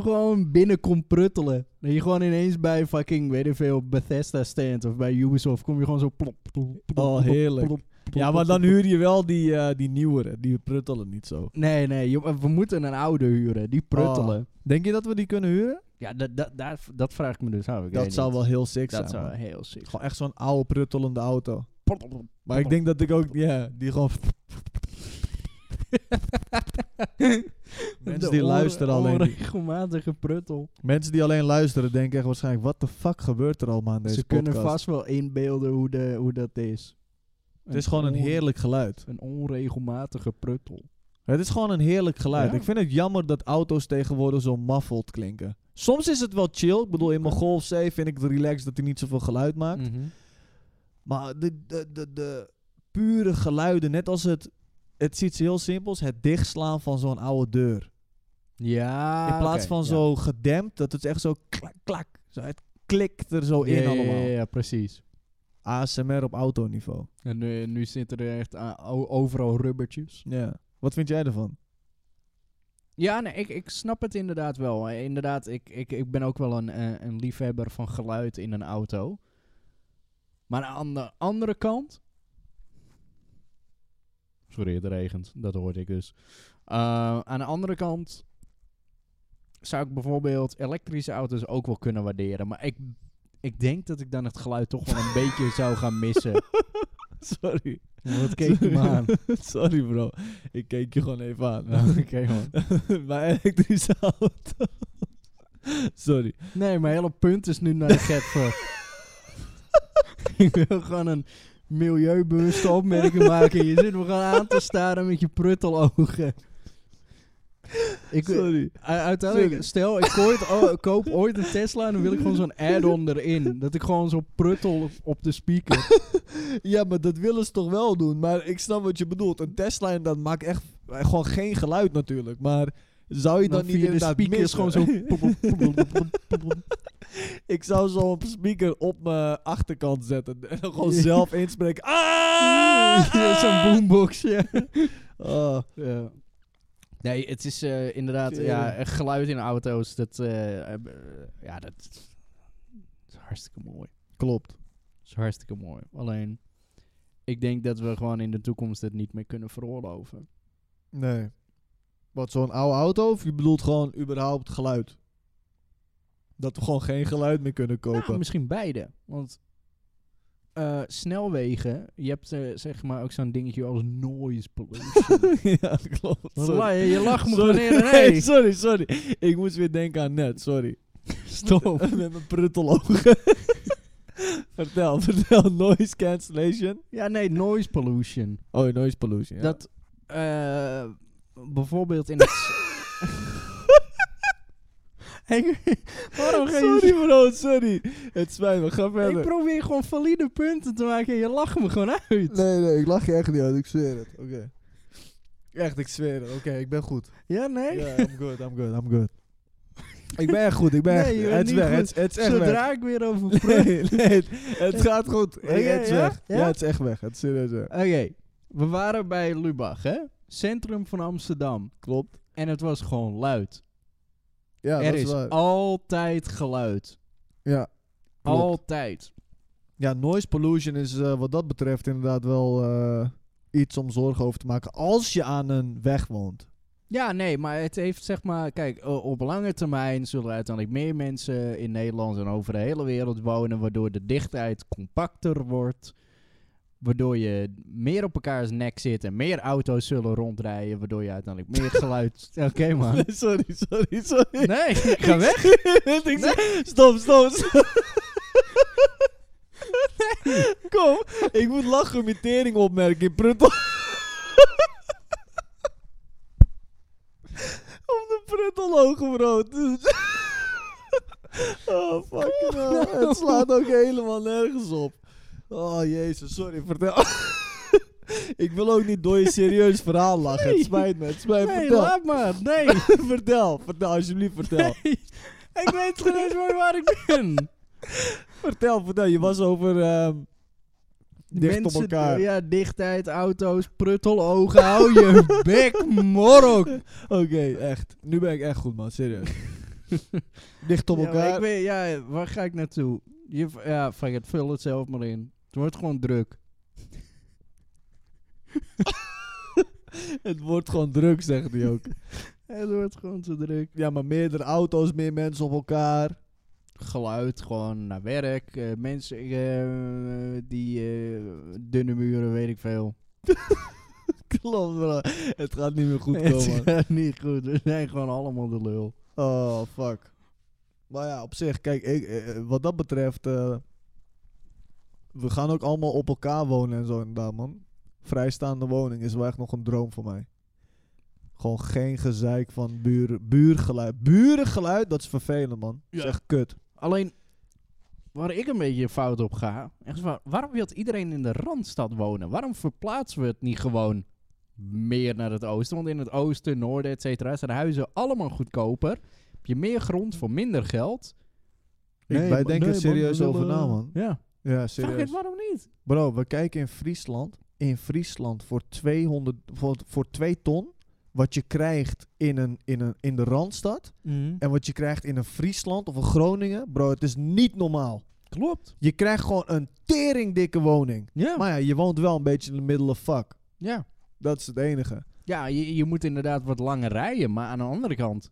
[SPEAKER 1] gewoon binnen komt pruttelen. Dat je gewoon ineens bij fucking, weet ik veel, Bethesda stand of bij Ubisoft kom je gewoon zo plop. plop, plop,
[SPEAKER 2] Oh,
[SPEAKER 1] plop,
[SPEAKER 2] heerlijk.
[SPEAKER 1] plop, plop,
[SPEAKER 2] Ja,
[SPEAKER 1] plop,
[SPEAKER 2] maar dan
[SPEAKER 1] plop.
[SPEAKER 2] huur je wel die, eh die nieuwere. Die pruttelen niet zo.
[SPEAKER 1] Nee, nee, joh, we moeten een oude huren. Die pruttelen.
[SPEAKER 2] Denk je dat we die kunnen huren?
[SPEAKER 1] Ja, dat, dat, daar- dat vraag ik me dus af. Ik
[SPEAKER 2] dat
[SPEAKER 1] weet
[SPEAKER 2] zou
[SPEAKER 1] niet.
[SPEAKER 2] wel heel sick
[SPEAKER 1] Dat
[SPEAKER 2] zijn.
[SPEAKER 1] zou
[SPEAKER 2] man.
[SPEAKER 1] heel sick
[SPEAKER 2] Gewoon echt zo'n oude pruttelende auto.
[SPEAKER 1] zijn.
[SPEAKER 2] Maar ik denk dat ik ook, ja, die gewoon... Mensen die luisteren alleen.
[SPEAKER 1] Onregelmatige pruttel.
[SPEAKER 2] Mensen die alleen luisteren denken echt waarschijnlijk... Wat de fuck gebeurt er allemaal aan deze
[SPEAKER 1] Ze
[SPEAKER 2] podcast?
[SPEAKER 1] kunnen vast wel inbeelden hoe, de, hoe dat is.
[SPEAKER 2] Het is gewoon een
[SPEAKER 1] on-
[SPEAKER 2] heerlijk geluid.
[SPEAKER 1] Een onregelmatige pruttel.
[SPEAKER 2] Het is gewoon een heerlijk geluid.
[SPEAKER 1] Ja.
[SPEAKER 2] Ik vind het jammer dat auto's tegenwoordig zo muffled klinken. Soms is het wel chill. Ik bedoel, in mijn Golf C vind ik het relaxed dat hij niet zoveel geluid maakt. Maar de, de, de, de pure geluiden, net als het... Het is iets heel simpels. Het dichtslaan van zo'n oude deur.
[SPEAKER 1] Ja.
[SPEAKER 2] in plaats
[SPEAKER 1] oké,
[SPEAKER 2] van
[SPEAKER 1] ja.
[SPEAKER 2] zo gedempt, dat het echt zo klak, klak. Zo, het klikt er zo
[SPEAKER 1] Ja, ja,
[SPEAKER 2] in
[SPEAKER 1] ja,
[SPEAKER 2] allemaal.
[SPEAKER 1] Ja, ja, precies.
[SPEAKER 2] ASMR op autoniveau.
[SPEAKER 1] En nu, nu zitten er echt ah, o- overal rubbertjes.
[SPEAKER 2] Ja. Wat vind jij ervan?
[SPEAKER 1] Ja, nee, ik, ik snap het inderdaad wel. Eh, Inderdaad, ik, ik, ik ben ook wel een, eh, een liefhebber van geluid in een auto. Maar aan de andere kant. Sorry, het regent. Dat hoorde ik dus. Eh, aan de andere kant. Zou ik bijvoorbeeld elektrische auto's ook wel kunnen waarderen. Maar ik, ik denk dat ik dan het geluid toch wel een beetje zou gaan missen.
[SPEAKER 2] Sorry.
[SPEAKER 1] Wat keek je me aan?
[SPEAKER 2] Sorry bro. Ik keek je gewoon even aan.
[SPEAKER 1] Oké, man.
[SPEAKER 2] Mijn elektrische auto. Sorry.
[SPEAKER 1] Nee, mijn hele punt is nu naar de gek voor. ik wil gewoon een milieubewuste opmerking maken. Je zit me gewoon aan te staren met je pruttelogen. Ik, u-
[SPEAKER 2] Sorry.
[SPEAKER 1] uiteindelijk,
[SPEAKER 2] Sorry.
[SPEAKER 1] stel, ik kooit- o- koop ooit een Tesla en dan wil ik gewoon zo'n add-on erin. Dat ik gewoon zo pruttel op- op de speaker.
[SPEAKER 2] Ja, maar dat willen ze toch wel doen. Maar ik snap wat je bedoelt. Een Tesla en dat maakt echt eh, gewoon geen geluid natuurlijk. Maar zou je dan,
[SPEAKER 1] Dan
[SPEAKER 2] niet
[SPEAKER 1] Nou, via de
[SPEAKER 2] inderdaad
[SPEAKER 1] speaker is
[SPEAKER 2] missen?
[SPEAKER 1] gewoon
[SPEAKER 2] ik zou zo'n speaker op mijn achterkant zetten. En dan gewoon
[SPEAKER 1] Ja.
[SPEAKER 2] zelf inspreken. Ah!
[SPEAKER 1] Ja, zo'n boombox, ja.
[SPEAKER 2] Ah.
[SPEAKER 1] Ja. Nee, het is eh, inderdaad,
[SPEAKER 2] Tering.
[SPEAKER 1] ja, eh, geluid in auto's, dat, eh, eh, ja, dat, is hartstikke mooi.
[SPEAKER 2] Klopt.
[SPEAKER 1] is hartstikke mooi. Alleen, ik denk dat we gewoon in de toekomst het niet meer kunnen veroorloven.
[SPEAKER 2] Nee. Wat, zo'n oude auto? Of je bedoelt gewoon überhaupt geluid? Dat we gewoon geen geluid meer kunnen kopen.
[SPEAKER 1] Nou, misschien beide. Want eh, snelwegen, je hebt eh, zeg maar ook zo'n dingetje als noise pollution.
[SPEAKER 2] ja, klopt.
[SPEAKER 1] Wat
[SPEAKER 2] Sorry.
[SPEAKER 1] la- je lacht me gewoon
[SPEAKER 2] Sorry.
[SPEAKER 1] in.
[SPEAKER 2] Nee,
[SPEAKER 1] Nee,
[SPEAKER 2] sorry, sorry. Ik moest weer denken aan net, sorry.
[SPEAKER 1] stop.
[SPEAKER 2] Met mijn pruttelogen. vertel, vertel. Noise cancellation.
[SPEAKER 1] Ja, nee, noise pollution.
[SPEAKER 2] Oh, noise pollution. ja.
[SPEAKER 1] Dat eh, bijvoorbeeld in het. Ik- Waarom ga je-
[SPEAKER 2] sorry bro, sorry. Het spijt me, ga
[SPEAKER 1] Ik
[SPEAKER 2] verder.
[SPEAKER 1] probeer gewoon valide punten te maken en je lacht me gewoon uit.
[SPEAKER 2] nee, nee, ik lach je echt niet uit, ik zweer het. Oké. Echt, ik zweer het. Oké, ik ben goed.
[SPEAKER 1] Ja, nee?
[SPEAKER 2] Ja, I'm good, I'm good, I'm good. ik ben echt goed, ik ben
[SPEAKER 1] Nee,
[SPEAKER 2] echt
[SPEAKER 1] je bent niet
[SPEAKER 2] Het is
[SPEAKER 1] goed.
[SPEAKER 2] weg, het is- het is echt weg.
[SPEAKER 1] Zodra ik weer over prut-
[SPEAKER 2] Nee, nee, het, het gaat goed.
[SPEAKER 1] Ja,
[SPEAKER 2] Hey, het is
[SPEAKER 1] ja,
[SPEAKER 2] weg.
[SPEAKER 1] ja?
[SPEAKER 2] Oh, Ja? het is echt weg. Het is serieus weg.
[SPEAKER 1] Oké, we waren bij Lubach, hè? Centrum van Amsterdam.
[SPEAKER 2] Klopt.
[SPEAKER 1] En het was gewoon luid.
[SPEAKER 2] Ja,
[SPEAKER 1] er
[SPEAKER 2] dat
[SPEAKER 1] is
[SPEAKER 2] is waar.
[SPEAKER 1] altijd geluid.
[SPEAKER 2] Ja, klopt.
[SPEAKER 1] Altijd.
[SPEAKER 2] ja, noise pollution is eh, wat dat betreft inderdaad wel eh, iets om zorgen over te maken. Als je aan een weg woont.
[SPEAKER 1] Ja, nee, maar het heeft zeg maar... Kijk, o- op lange termijn zullen er uiteindelijk meer mensen in Nederland en over de hele wereld wonen... waardoor de dichtheid compacter wordt. Waardoor je meer op elkaars nek zit en meer auto's zullen rondrijden... waardoor je uiteindelijk meer geluid... Oké, man.
[SPEAKER 2] sorry, sorry, sorry.
[SPEAKER 1] Nee, ga weg.
[SPEAKER 2] ik zeg, stop, stop. stop. Kom, ik moet lachen om je tering opmerken in Pruttel. om de Pruttelogen, bro. oh, fucking hell. Het slaat ook helemaal nergens op. Oh, jezus, sorry, vertel. ik wil ook niet door je serieus verhaal lachen.
[SPEAKER 1] Nee.
[SPEAKER 2] Het spijt me, het spijt me.
[SPEAKER 1] Nee,
[SPEAKER 2] vertel.
[SPEAKER 1] laat maar. Nee.
[SPEAKER 2] vertel, vertel, alsjeblieft, vertel.
[SPEAKER 1] ik weet geen eens meer waar ik ben.
[SPEAKER 2] Vertel, vertel. Je was over... ehm dicht op
[SPEAKER 1] Mensen- eh,
[SPEAKER 2] elkaar.
[SPEAKER 1] Ja, dichtheid, auto's, pruttelogen. Hou je bek, morok.
[SPEAKER 2] Oké, echt. Nu ben ik echt goed, man. Serieus. dicht op
[SPEAKER 1] Ja, maar
[SPEAKER 2] elkaar.
[SPEAKER 1] ik weet, ja, waar ga ik naartoe? Je, ja, fuck it, vul het zelf maar in. Het wordt gewoon druk.
[SPEAKER 2] Het wordt gewoon druk, zegt hij ook.
[SPEAKER 1] Het wordt gewoon te druk.
[SPEAKER 2] ja, maar meerdere auto's, meer mensen op elkaar.
[SPEAKER 1] Geluid, gewoon naar werk. eh, mensen eh, die eh, dunne muren, weet ik veel.
[SPEAKER 2] Klopt, bro. Het gaat niet meer goed
[SPEAKER 1] Het
[SPEAKER 2] komen.
[SPEAKER 1] gaat niet goed. We zijn gewoon allemaal de lul.
[SPEAKER 2] Oh, fuck. Maar ja, op zich, kijk, ik, eh, eh, wat dat betreft... eh, we gaan ook allemaal op elkaar wonen en zo inderdaad, man. Vrijstaande woning is wel echt nog een droom voor mij. Gewoon geen gezeik van buren, buurgeluid. Burengeluid, dat is vervelend, man. Dat
[SPEAKER 1] Ja.
[SPEAKER 2] is echt kut.
[SPEAKER 1] Alleen, waar ik een beetje fout op ga, echt waar, waarom wil iedereen in de Randstad wonen? Waarom verplaatsen we het niet gewoon meer naar het oosten. Want in het oosten, noorden, et cetera, zijn huizen allemaal goedkoper. Heb je meer grond voor minder geld.
[SPEAKER 2] ik, wij
[SPEAKER 1] maar-
[SPEAKER 2] denken er
[SPEAKER 1] nee,
[SPEAKER 2] serieus
[SPEAKER 1] man, we
[SPEAKER 2] over na,
[SPEAKER 1] willen-
[SPEAKER 2] man.
[SPEAKER 1] Ja,
[SPEAKER 2] Ja,
[SPEAKER 1] vraag
[SPEAKER 2] serieus.
[SPEAKER 1] het waarom niet?
[SPEAKER 2] Bro, we kijken in Friesland. In Friesland voor 200, voor, voor 2 ton. Wat je krijgt in, een, in, een, in de Randstad. En wat je krijgt in een Friesland of een Groningen. Bro, het is niet normaal.
[SPEAKER 1] Klopt.
[SPEAKER 2] Je krijgt gewoon een teringdikke woning.
[SPEAKER 1] Ja,
[SPEAKER 2] Maar ja, je woont wel een beetje in de middle of fuck.
[SPEAKER 1] ja.
[SPEAKER 2] Dat is het enige.
[SPEAKER 1] ja je, je moet inderdaad wat langer rijden. Maar aan de andere kant...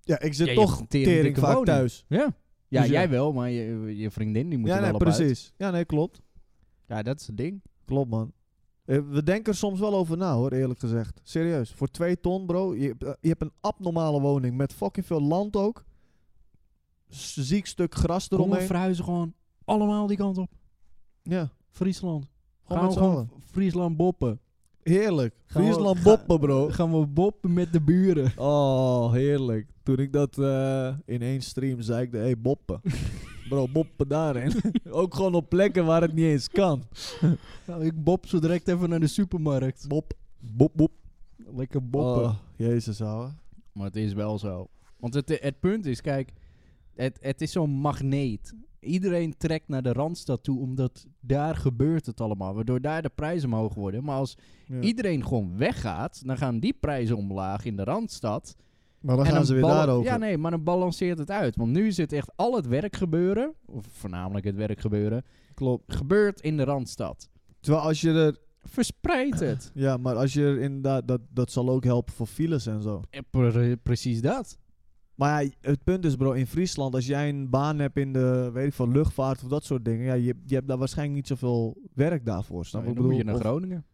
[SPEAKER 2] Ja, ik zit
[SPEAKER 1] Ja, je hebt
[SPEAKER 2] toch
[SPEAKER 1] een
[SPEAKER 2] tering,
[SPEAKER 1] teringdikke
[SPEAKER 2] vaak
[SPEAKER 1] woning.
[SPEAKER 2] thuis.
[SPEAKER 1] Ja, ja
[SPEAKER 2] Dus ja.
[SPEAKER 1] jij wel, maar je, je vriendin die moet
[SPEAKER 2] ja,
[SPEAKER 1] er
[SPEAKER 2] nee,
[SPEAKER 1] wel op uit.
[SPEAKER 2] precies. Ja, nee, klopt.
[SPEAKER 1] Ja, dat is het ding.
[SPEAKER 2] Klopt, man. Eh, We denken er soms wel over na, hoor, eerlijk gezegd. Serieus. Voor 2 ton, bro. Je, hebt, eh, je hebt een abnormale woning met fucking veel land ook. S- Ziek stuk gras
[SPEAKER 1] Kom we
[SPEAKER 2] eromheen.
[SPEAKER 1] verhuizen gewoon allemaal die kant op.
[SPEAKER 2] Ja,
[SPEAKER 1] Friesland.
[SPEAKER 2] gewoon
[SPEAKER 1] Gaan
[SPEAKER 2] met
[SPEAKER 1] we
[SPEAKER 2] z'n
[SPEAKER 1] gewoon
[SPEAKER 2] allen.
[SPEAKER 1] Friesland boppen.
[SPEAKER 2] Heerlijk.
[SPEAKER 1] Gaan we-
[SPEAKER 2] Friesland
[SPEAKER 1] ga-
[SPEAKER 2] boppen, bro.
[SPEAKER 1] Gaan we boppen met de buren.
[SPEAKER 2] Oh, heerlijk. Toen ik dat eh, in één stream zei, ik de, hey, boppen. Bro, boppen daarin. ook gewoon op plekken waar het niet eens kan.
[SPEAKER 1] Nou, ik bob zo direct even naar de supermarkt.
[SPEAKER 2] Bop, bop, bop.
[SPEAKER 1] Lekker boppen.
[SPEAKER 2] Boppen. Oh, jezus, ouwe.
[SPEAKER 1] Oh. Maar het is wel zo. Want het, het punt is, kijk, het, het is zo'n magneet. Iedereen trekt naar de Randstad toe, omdat daar gebeurt het allemaal. Waardoor daar de prijzen omhoog worden. Maar als
[SPEAKER 2] Ja.
[SPEAKER 1] iedereen gewoon weggaat, dan gaan die prijzen omlaag in de Randstad.
[SPEAKER 2] Maar dan
[SPEAKER 1] En
[SPEAKER 2] gaan ze weer
[SPEAKER 1] bala-
[SPEAKER 2] daarover.
[SPEAKER 1] Ja, nee, maar dan balanceert het uit. Want nu zit echt al het werk gebeuren, of voornamelijk het werk gebeuren,
[SPEAKER 2] Klopt.
[SPEAKER 1] gebeurt in de Randstad.
[SPEAKER 2] Terwijl als je er Ah.
[SPEAKER 1] Verspreid het.
[SPEAKER 2] Ja, maar als je er inderdaad, dat, dat zal ook helpen voor files en zo.
[SPEAKER 1] Eh, pre- precies dat.
[SPEAKER 2] Maar ja, het punt is bro, in Friesland, als jij een baan hebt in de, weet ik veel, luchtvaart of dat soort dingen, ja, je, je hebt daar waarschijnlijk niet zoveel werk daarvoor, snap
[SPEAKER 1] Nou,
[SPEAKER 2] je?
[SPEAKER 1] dan
[SPEAKER 2] ik bedoel,
[SPEAKER 1] moet je naar
[SPEAKER 2] of-
[SPEAKER 1] Groningen.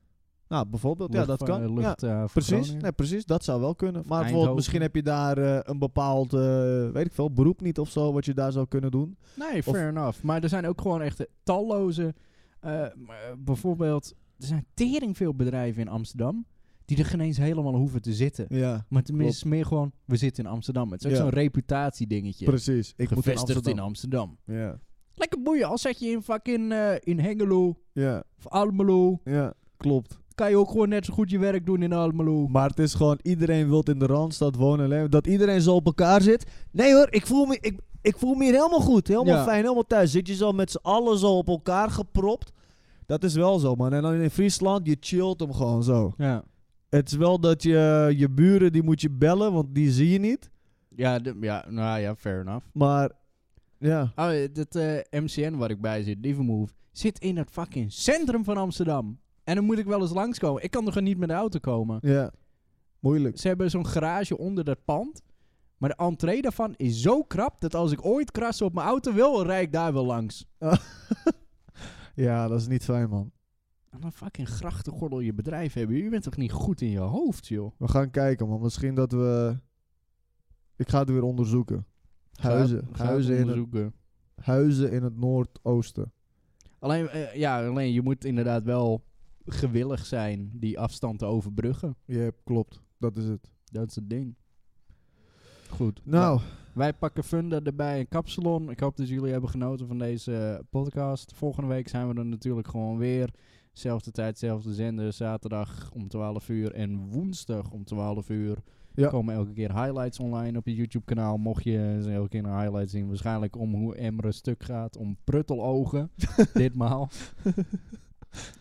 [SPEAKER 2] Nou, bijvoorbeeld, ja, dat
[SPEAKER 1] Luchtva-
[SPEAKER 2] kan. ja,
[SPEAKER 1] lucht, eh, voor
[SPEAKER 2] precies,
[SPEAKER 1] Groningen.
[SPEAKER 2] nee, precies, dat zou wel kunnen. Maar bijvoorbeeld,
[SPEAKER 1] Eindhoven.
[SPEAKER 2] misschien heb je daar eh, een bepaald, eh, weet ik veel, beroep niet of zo, wat je daar zou kunnen doen.
[SPEAKER 1] Nee, fair enough. Maar er zijn ook gewoon echt eh, talloze... eh, m- eh, bijvoorbeeld, er zijn tering veel bedrijven in Amsterdam... die er geen eens helemaal hoeven te zitten.
[SPEAKER 2] Ja,
[SPEAKER 1] Maar tenminste, het is meer gewoon, we zitten in Amsterdam. Het is ook
[SPEAKER 2] Ja.
[SPEAKER 1] zo'n reputatiedingetje.
[SPEAKER 2] precies. Ik moet in
[SPEAKER 1] Gevestigd
[SPEAKER 2] Amsterdam.
[SPEAKER 1] in Amsterdam.
[SPEAKER 2] Ja,
[SPEAKER 1] Lekker boeien, al zet je in fucking eh, in Hengelo
[SPEAKER 2] ja,
[SPEAKER 1] of Almelo.
[SPEAKER 2] ja, klopt.
[SPEAKER 1] Kan je ook gewoon net zo goed je werk doen in Almelo.
[SPEAKER 2] Maar het is gewoon, iedereen wil in de Randstad wonen. en leven. Dat iedereen zo op elkaar zit. Nee hoor, ik voel me, ik, ik voel me hier helemaal goed. Helemaal
[SPEAKER 1] Ja.
[SPEAKER 2] fijn, helemaal thuis. Zit je zo met z'n allen zo op elkaar gepropt. Dat is wel zo, man. En dan in Friesland, je chillt hem gewoon zo.
[SPEAKER 1] Ja,
[SPEAKER 2] Het is wel dat je, je buren, die moet je bellen, want die zie je niet.
[SPEAKER 1] ja, de- ja nou ja, fair enough.
[SPEAKER 2] Maar, ja.
[SPEAKER 1] Oh, eh, dat eh, MCN waar ik bij zit, Livermove, zit in het fucking centrum van Amsterdam. En dan moet ik wel eens langskomen. Ik kan er gewoon niet met de auto komen.
[SPEAKER 2] Ja. Moeilijk.
[SPEAKER 1] Ze hebben zo'n garage onder dat pand. Maar de entree daarvan is zo krap dat als ik ooit krassen op mijn auto wil, rijd ik daar wel langs.
[SPEAKER 2] Ja, dat is niet fijn, man.
[SPEAKER 1] En dan fucking grachtengordel je bedrijf hebben. U bent toch niet goed in je hoofd, joh?
[SPEAKER 2] We gaan kijken, man. Misschien dat we... Ik ga het weer onderzoeken. Huizen.
[SPEAKER 1] Ga- ga
[SPEAKER 2] Huizen, in het,
[SPEAKER 1] onderzoeken.
[SPEAKER 2] huizen in het noordoosten.
[SPEAKER 1] Alleen, eh, ja, alleen je moet inderdaad wel gewillig zijn die afstand te overbruggen.
[SPEAKER 2] Ja, klopt. Dat is het.
[SPEAKER 1] Dat is het ding. Goed.
[SPEAKER 2] Nou,
[SPEAKER 1] Wij, wij pakken Funda erbij in Kapsalon. Ik hoop dat jullie hebben genoten van deze eh, podcast. Volgende week zijn we er natuurlijk gewoon weer. Zelfde tijd, zelfde zender. Zaterdag om 12 uur en woensdag om 12 uur.
[SPEAKER 2] Ja.
[SPEAKER 1] Komen elke keer highlights online op je YouTube kanaal. Mocht je ze elke keer een highlight zien. Waarschijnlijk om hoe Emre stuk gaat. Om pruttelogen. ditmaal.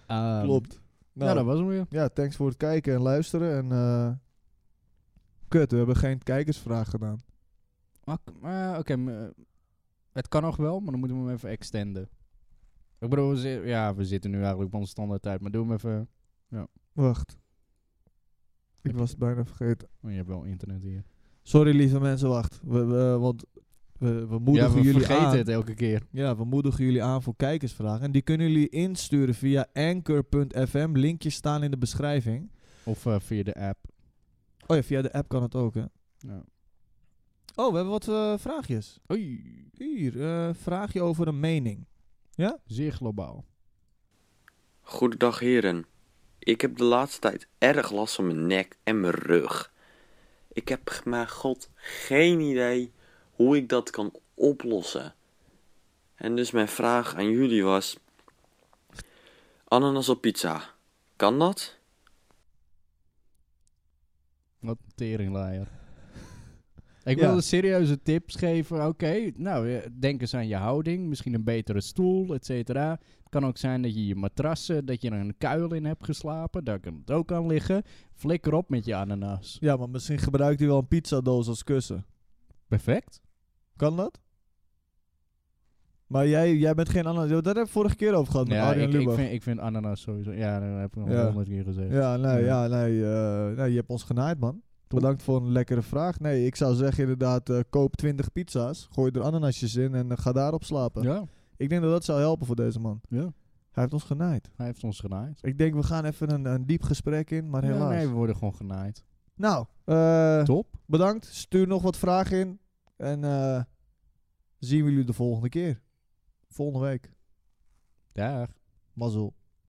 [SPEAKER 1] Ehm,
[SPEAKER 2] klopt. Nou,
[SPEAKER 1] ja, dat was hem weer.
[SPEAKER 2] ja, thanks voor het kijken en luisteren. En eh, kut, we hebben geen kijkersvraag gedaan.
[SPEAKER 1] Ah, k- eh, Oké, m- eh, het kan nog wel, maar dan moeten we hem even extenden. Ik bedoel, we, zi- ja, we zitten nu eigenlijk op onze standaard tijd, maar doe hem even...
[SPEAKER 2] Wacht. Ik
[SPEAKER 1] Heb
[SPEAKER 2] was het bijna vergeten.
[SPEAKER 1] Oh, je hebt wel internet hier.
[SPEAKER 2] Sorry, lieve mensen, wacht. We, we- want we, we moedigen
[SPEAKER 1] ja, we
[SPEAKER 2] jullie
[SPEAKER 1] vergeten
[SPEAKER 2] aan.
[SPEAKER 1] het elke keer.
[SPEAKER 2] Ja, we moedigen jullie aan voor kijkersvragen. En die kunnen jullie insturen via anchor.fm. Linkjes staan in de beschrijving.
[SPEAKER 1] Of eh, via de app.
[SPEAKER 2] Oh ja, via de app kan het ook, hè.
[SPEAKER 1] Ja.
[SPEAKER 2] Oh, we hebben wat eh, vraagjes.
[SPEAKER 1] Oei,
[SPEAKER 2] Hier, eh vraagje over een mening.
[SPEAKER 1] zeer globaal.
[SPEAKER 4] Goedendag heren. Ik heb de laatste tijd erg last van mijn nek en mijn rug. Ik heb, g- mijn god, geen idee hoe ik dat kan oplossen. En dus mijn vraag aan jullie was... Ananas op pizza. Kan dat?
[SPEAKER 1] Wat een teringlaaier. Ik
[SPEAKER 2] Ja.
[SPEAKER 1] wilde serieuze tips geven. Oké, nou, eh, denk eens aan je houding. Misschien een betere stoel, et cetera. Het kan ook zijn dat je je matrassen, dat je er een kuil in hebt geslapen. Daar kan het ook aan liggen. Flikker op met je ananas.
[SPEAKER 2] Ja, maar misschien gebruikt hij wel een pizzadoos als kussen.
[SPEAKER 1] Perfect.
[SPEAKER 2] Kan dat? Maar jij, jij bent geen ananas. Daar hebben we vorige keer over gehad met
[SPEAKER 1] Ja,
[SPEAKER 2] Arjen
[SPEAKER 1] ik, ik,
[SPEAKER 2] Lubach.
[SPEAKER 1] vind, ik vind ananas sowieso... Ja, dat heb ik
[SPEAKER 2] Ja.
[SPEAKER 1] al honderd keer gezegd.
[SPEAKER 2] Ja, nee,
[SPEAKER 1] Ja.
[SPEAKER 2] ja, nee, eh, nee, je hebt ons genaaid, man. Bedankt voor een lekkere vraag. Nee, ik zou zeggen inderdaad, eh, koop 20 pizza's, gooi er ananasjes in en eh, ga daarop slapen.
[SPEAKER 1] Ja,
[SPEAKER 2] Ik denk dat dat zou helpen voor deze man.
[SPEAKER 1] ja.
[SPEAKER 2] Hij heeft ons genaaid.
[SPEAKER 1] Hij heeft ons genaaid.
[SPEAKER 2] Ik denk, we gaan even een, een diep gesprek in, maar
[SPEAKER 1] Ja,
[SPEAKER 2] helaas.
[SPEAKER 1] nee, we worden gewoon genaaid.
[SPEAKER 2] Nou, eh,
[SPEAKER 1] Top.
[SPEAKER 2] bedankt. Stuur nog wat vragen in. En eh, zien we jullie de volgende keer. Volgende week.
[SPEAKER 1] Dag.
[SPEAKER 2] Mazzel.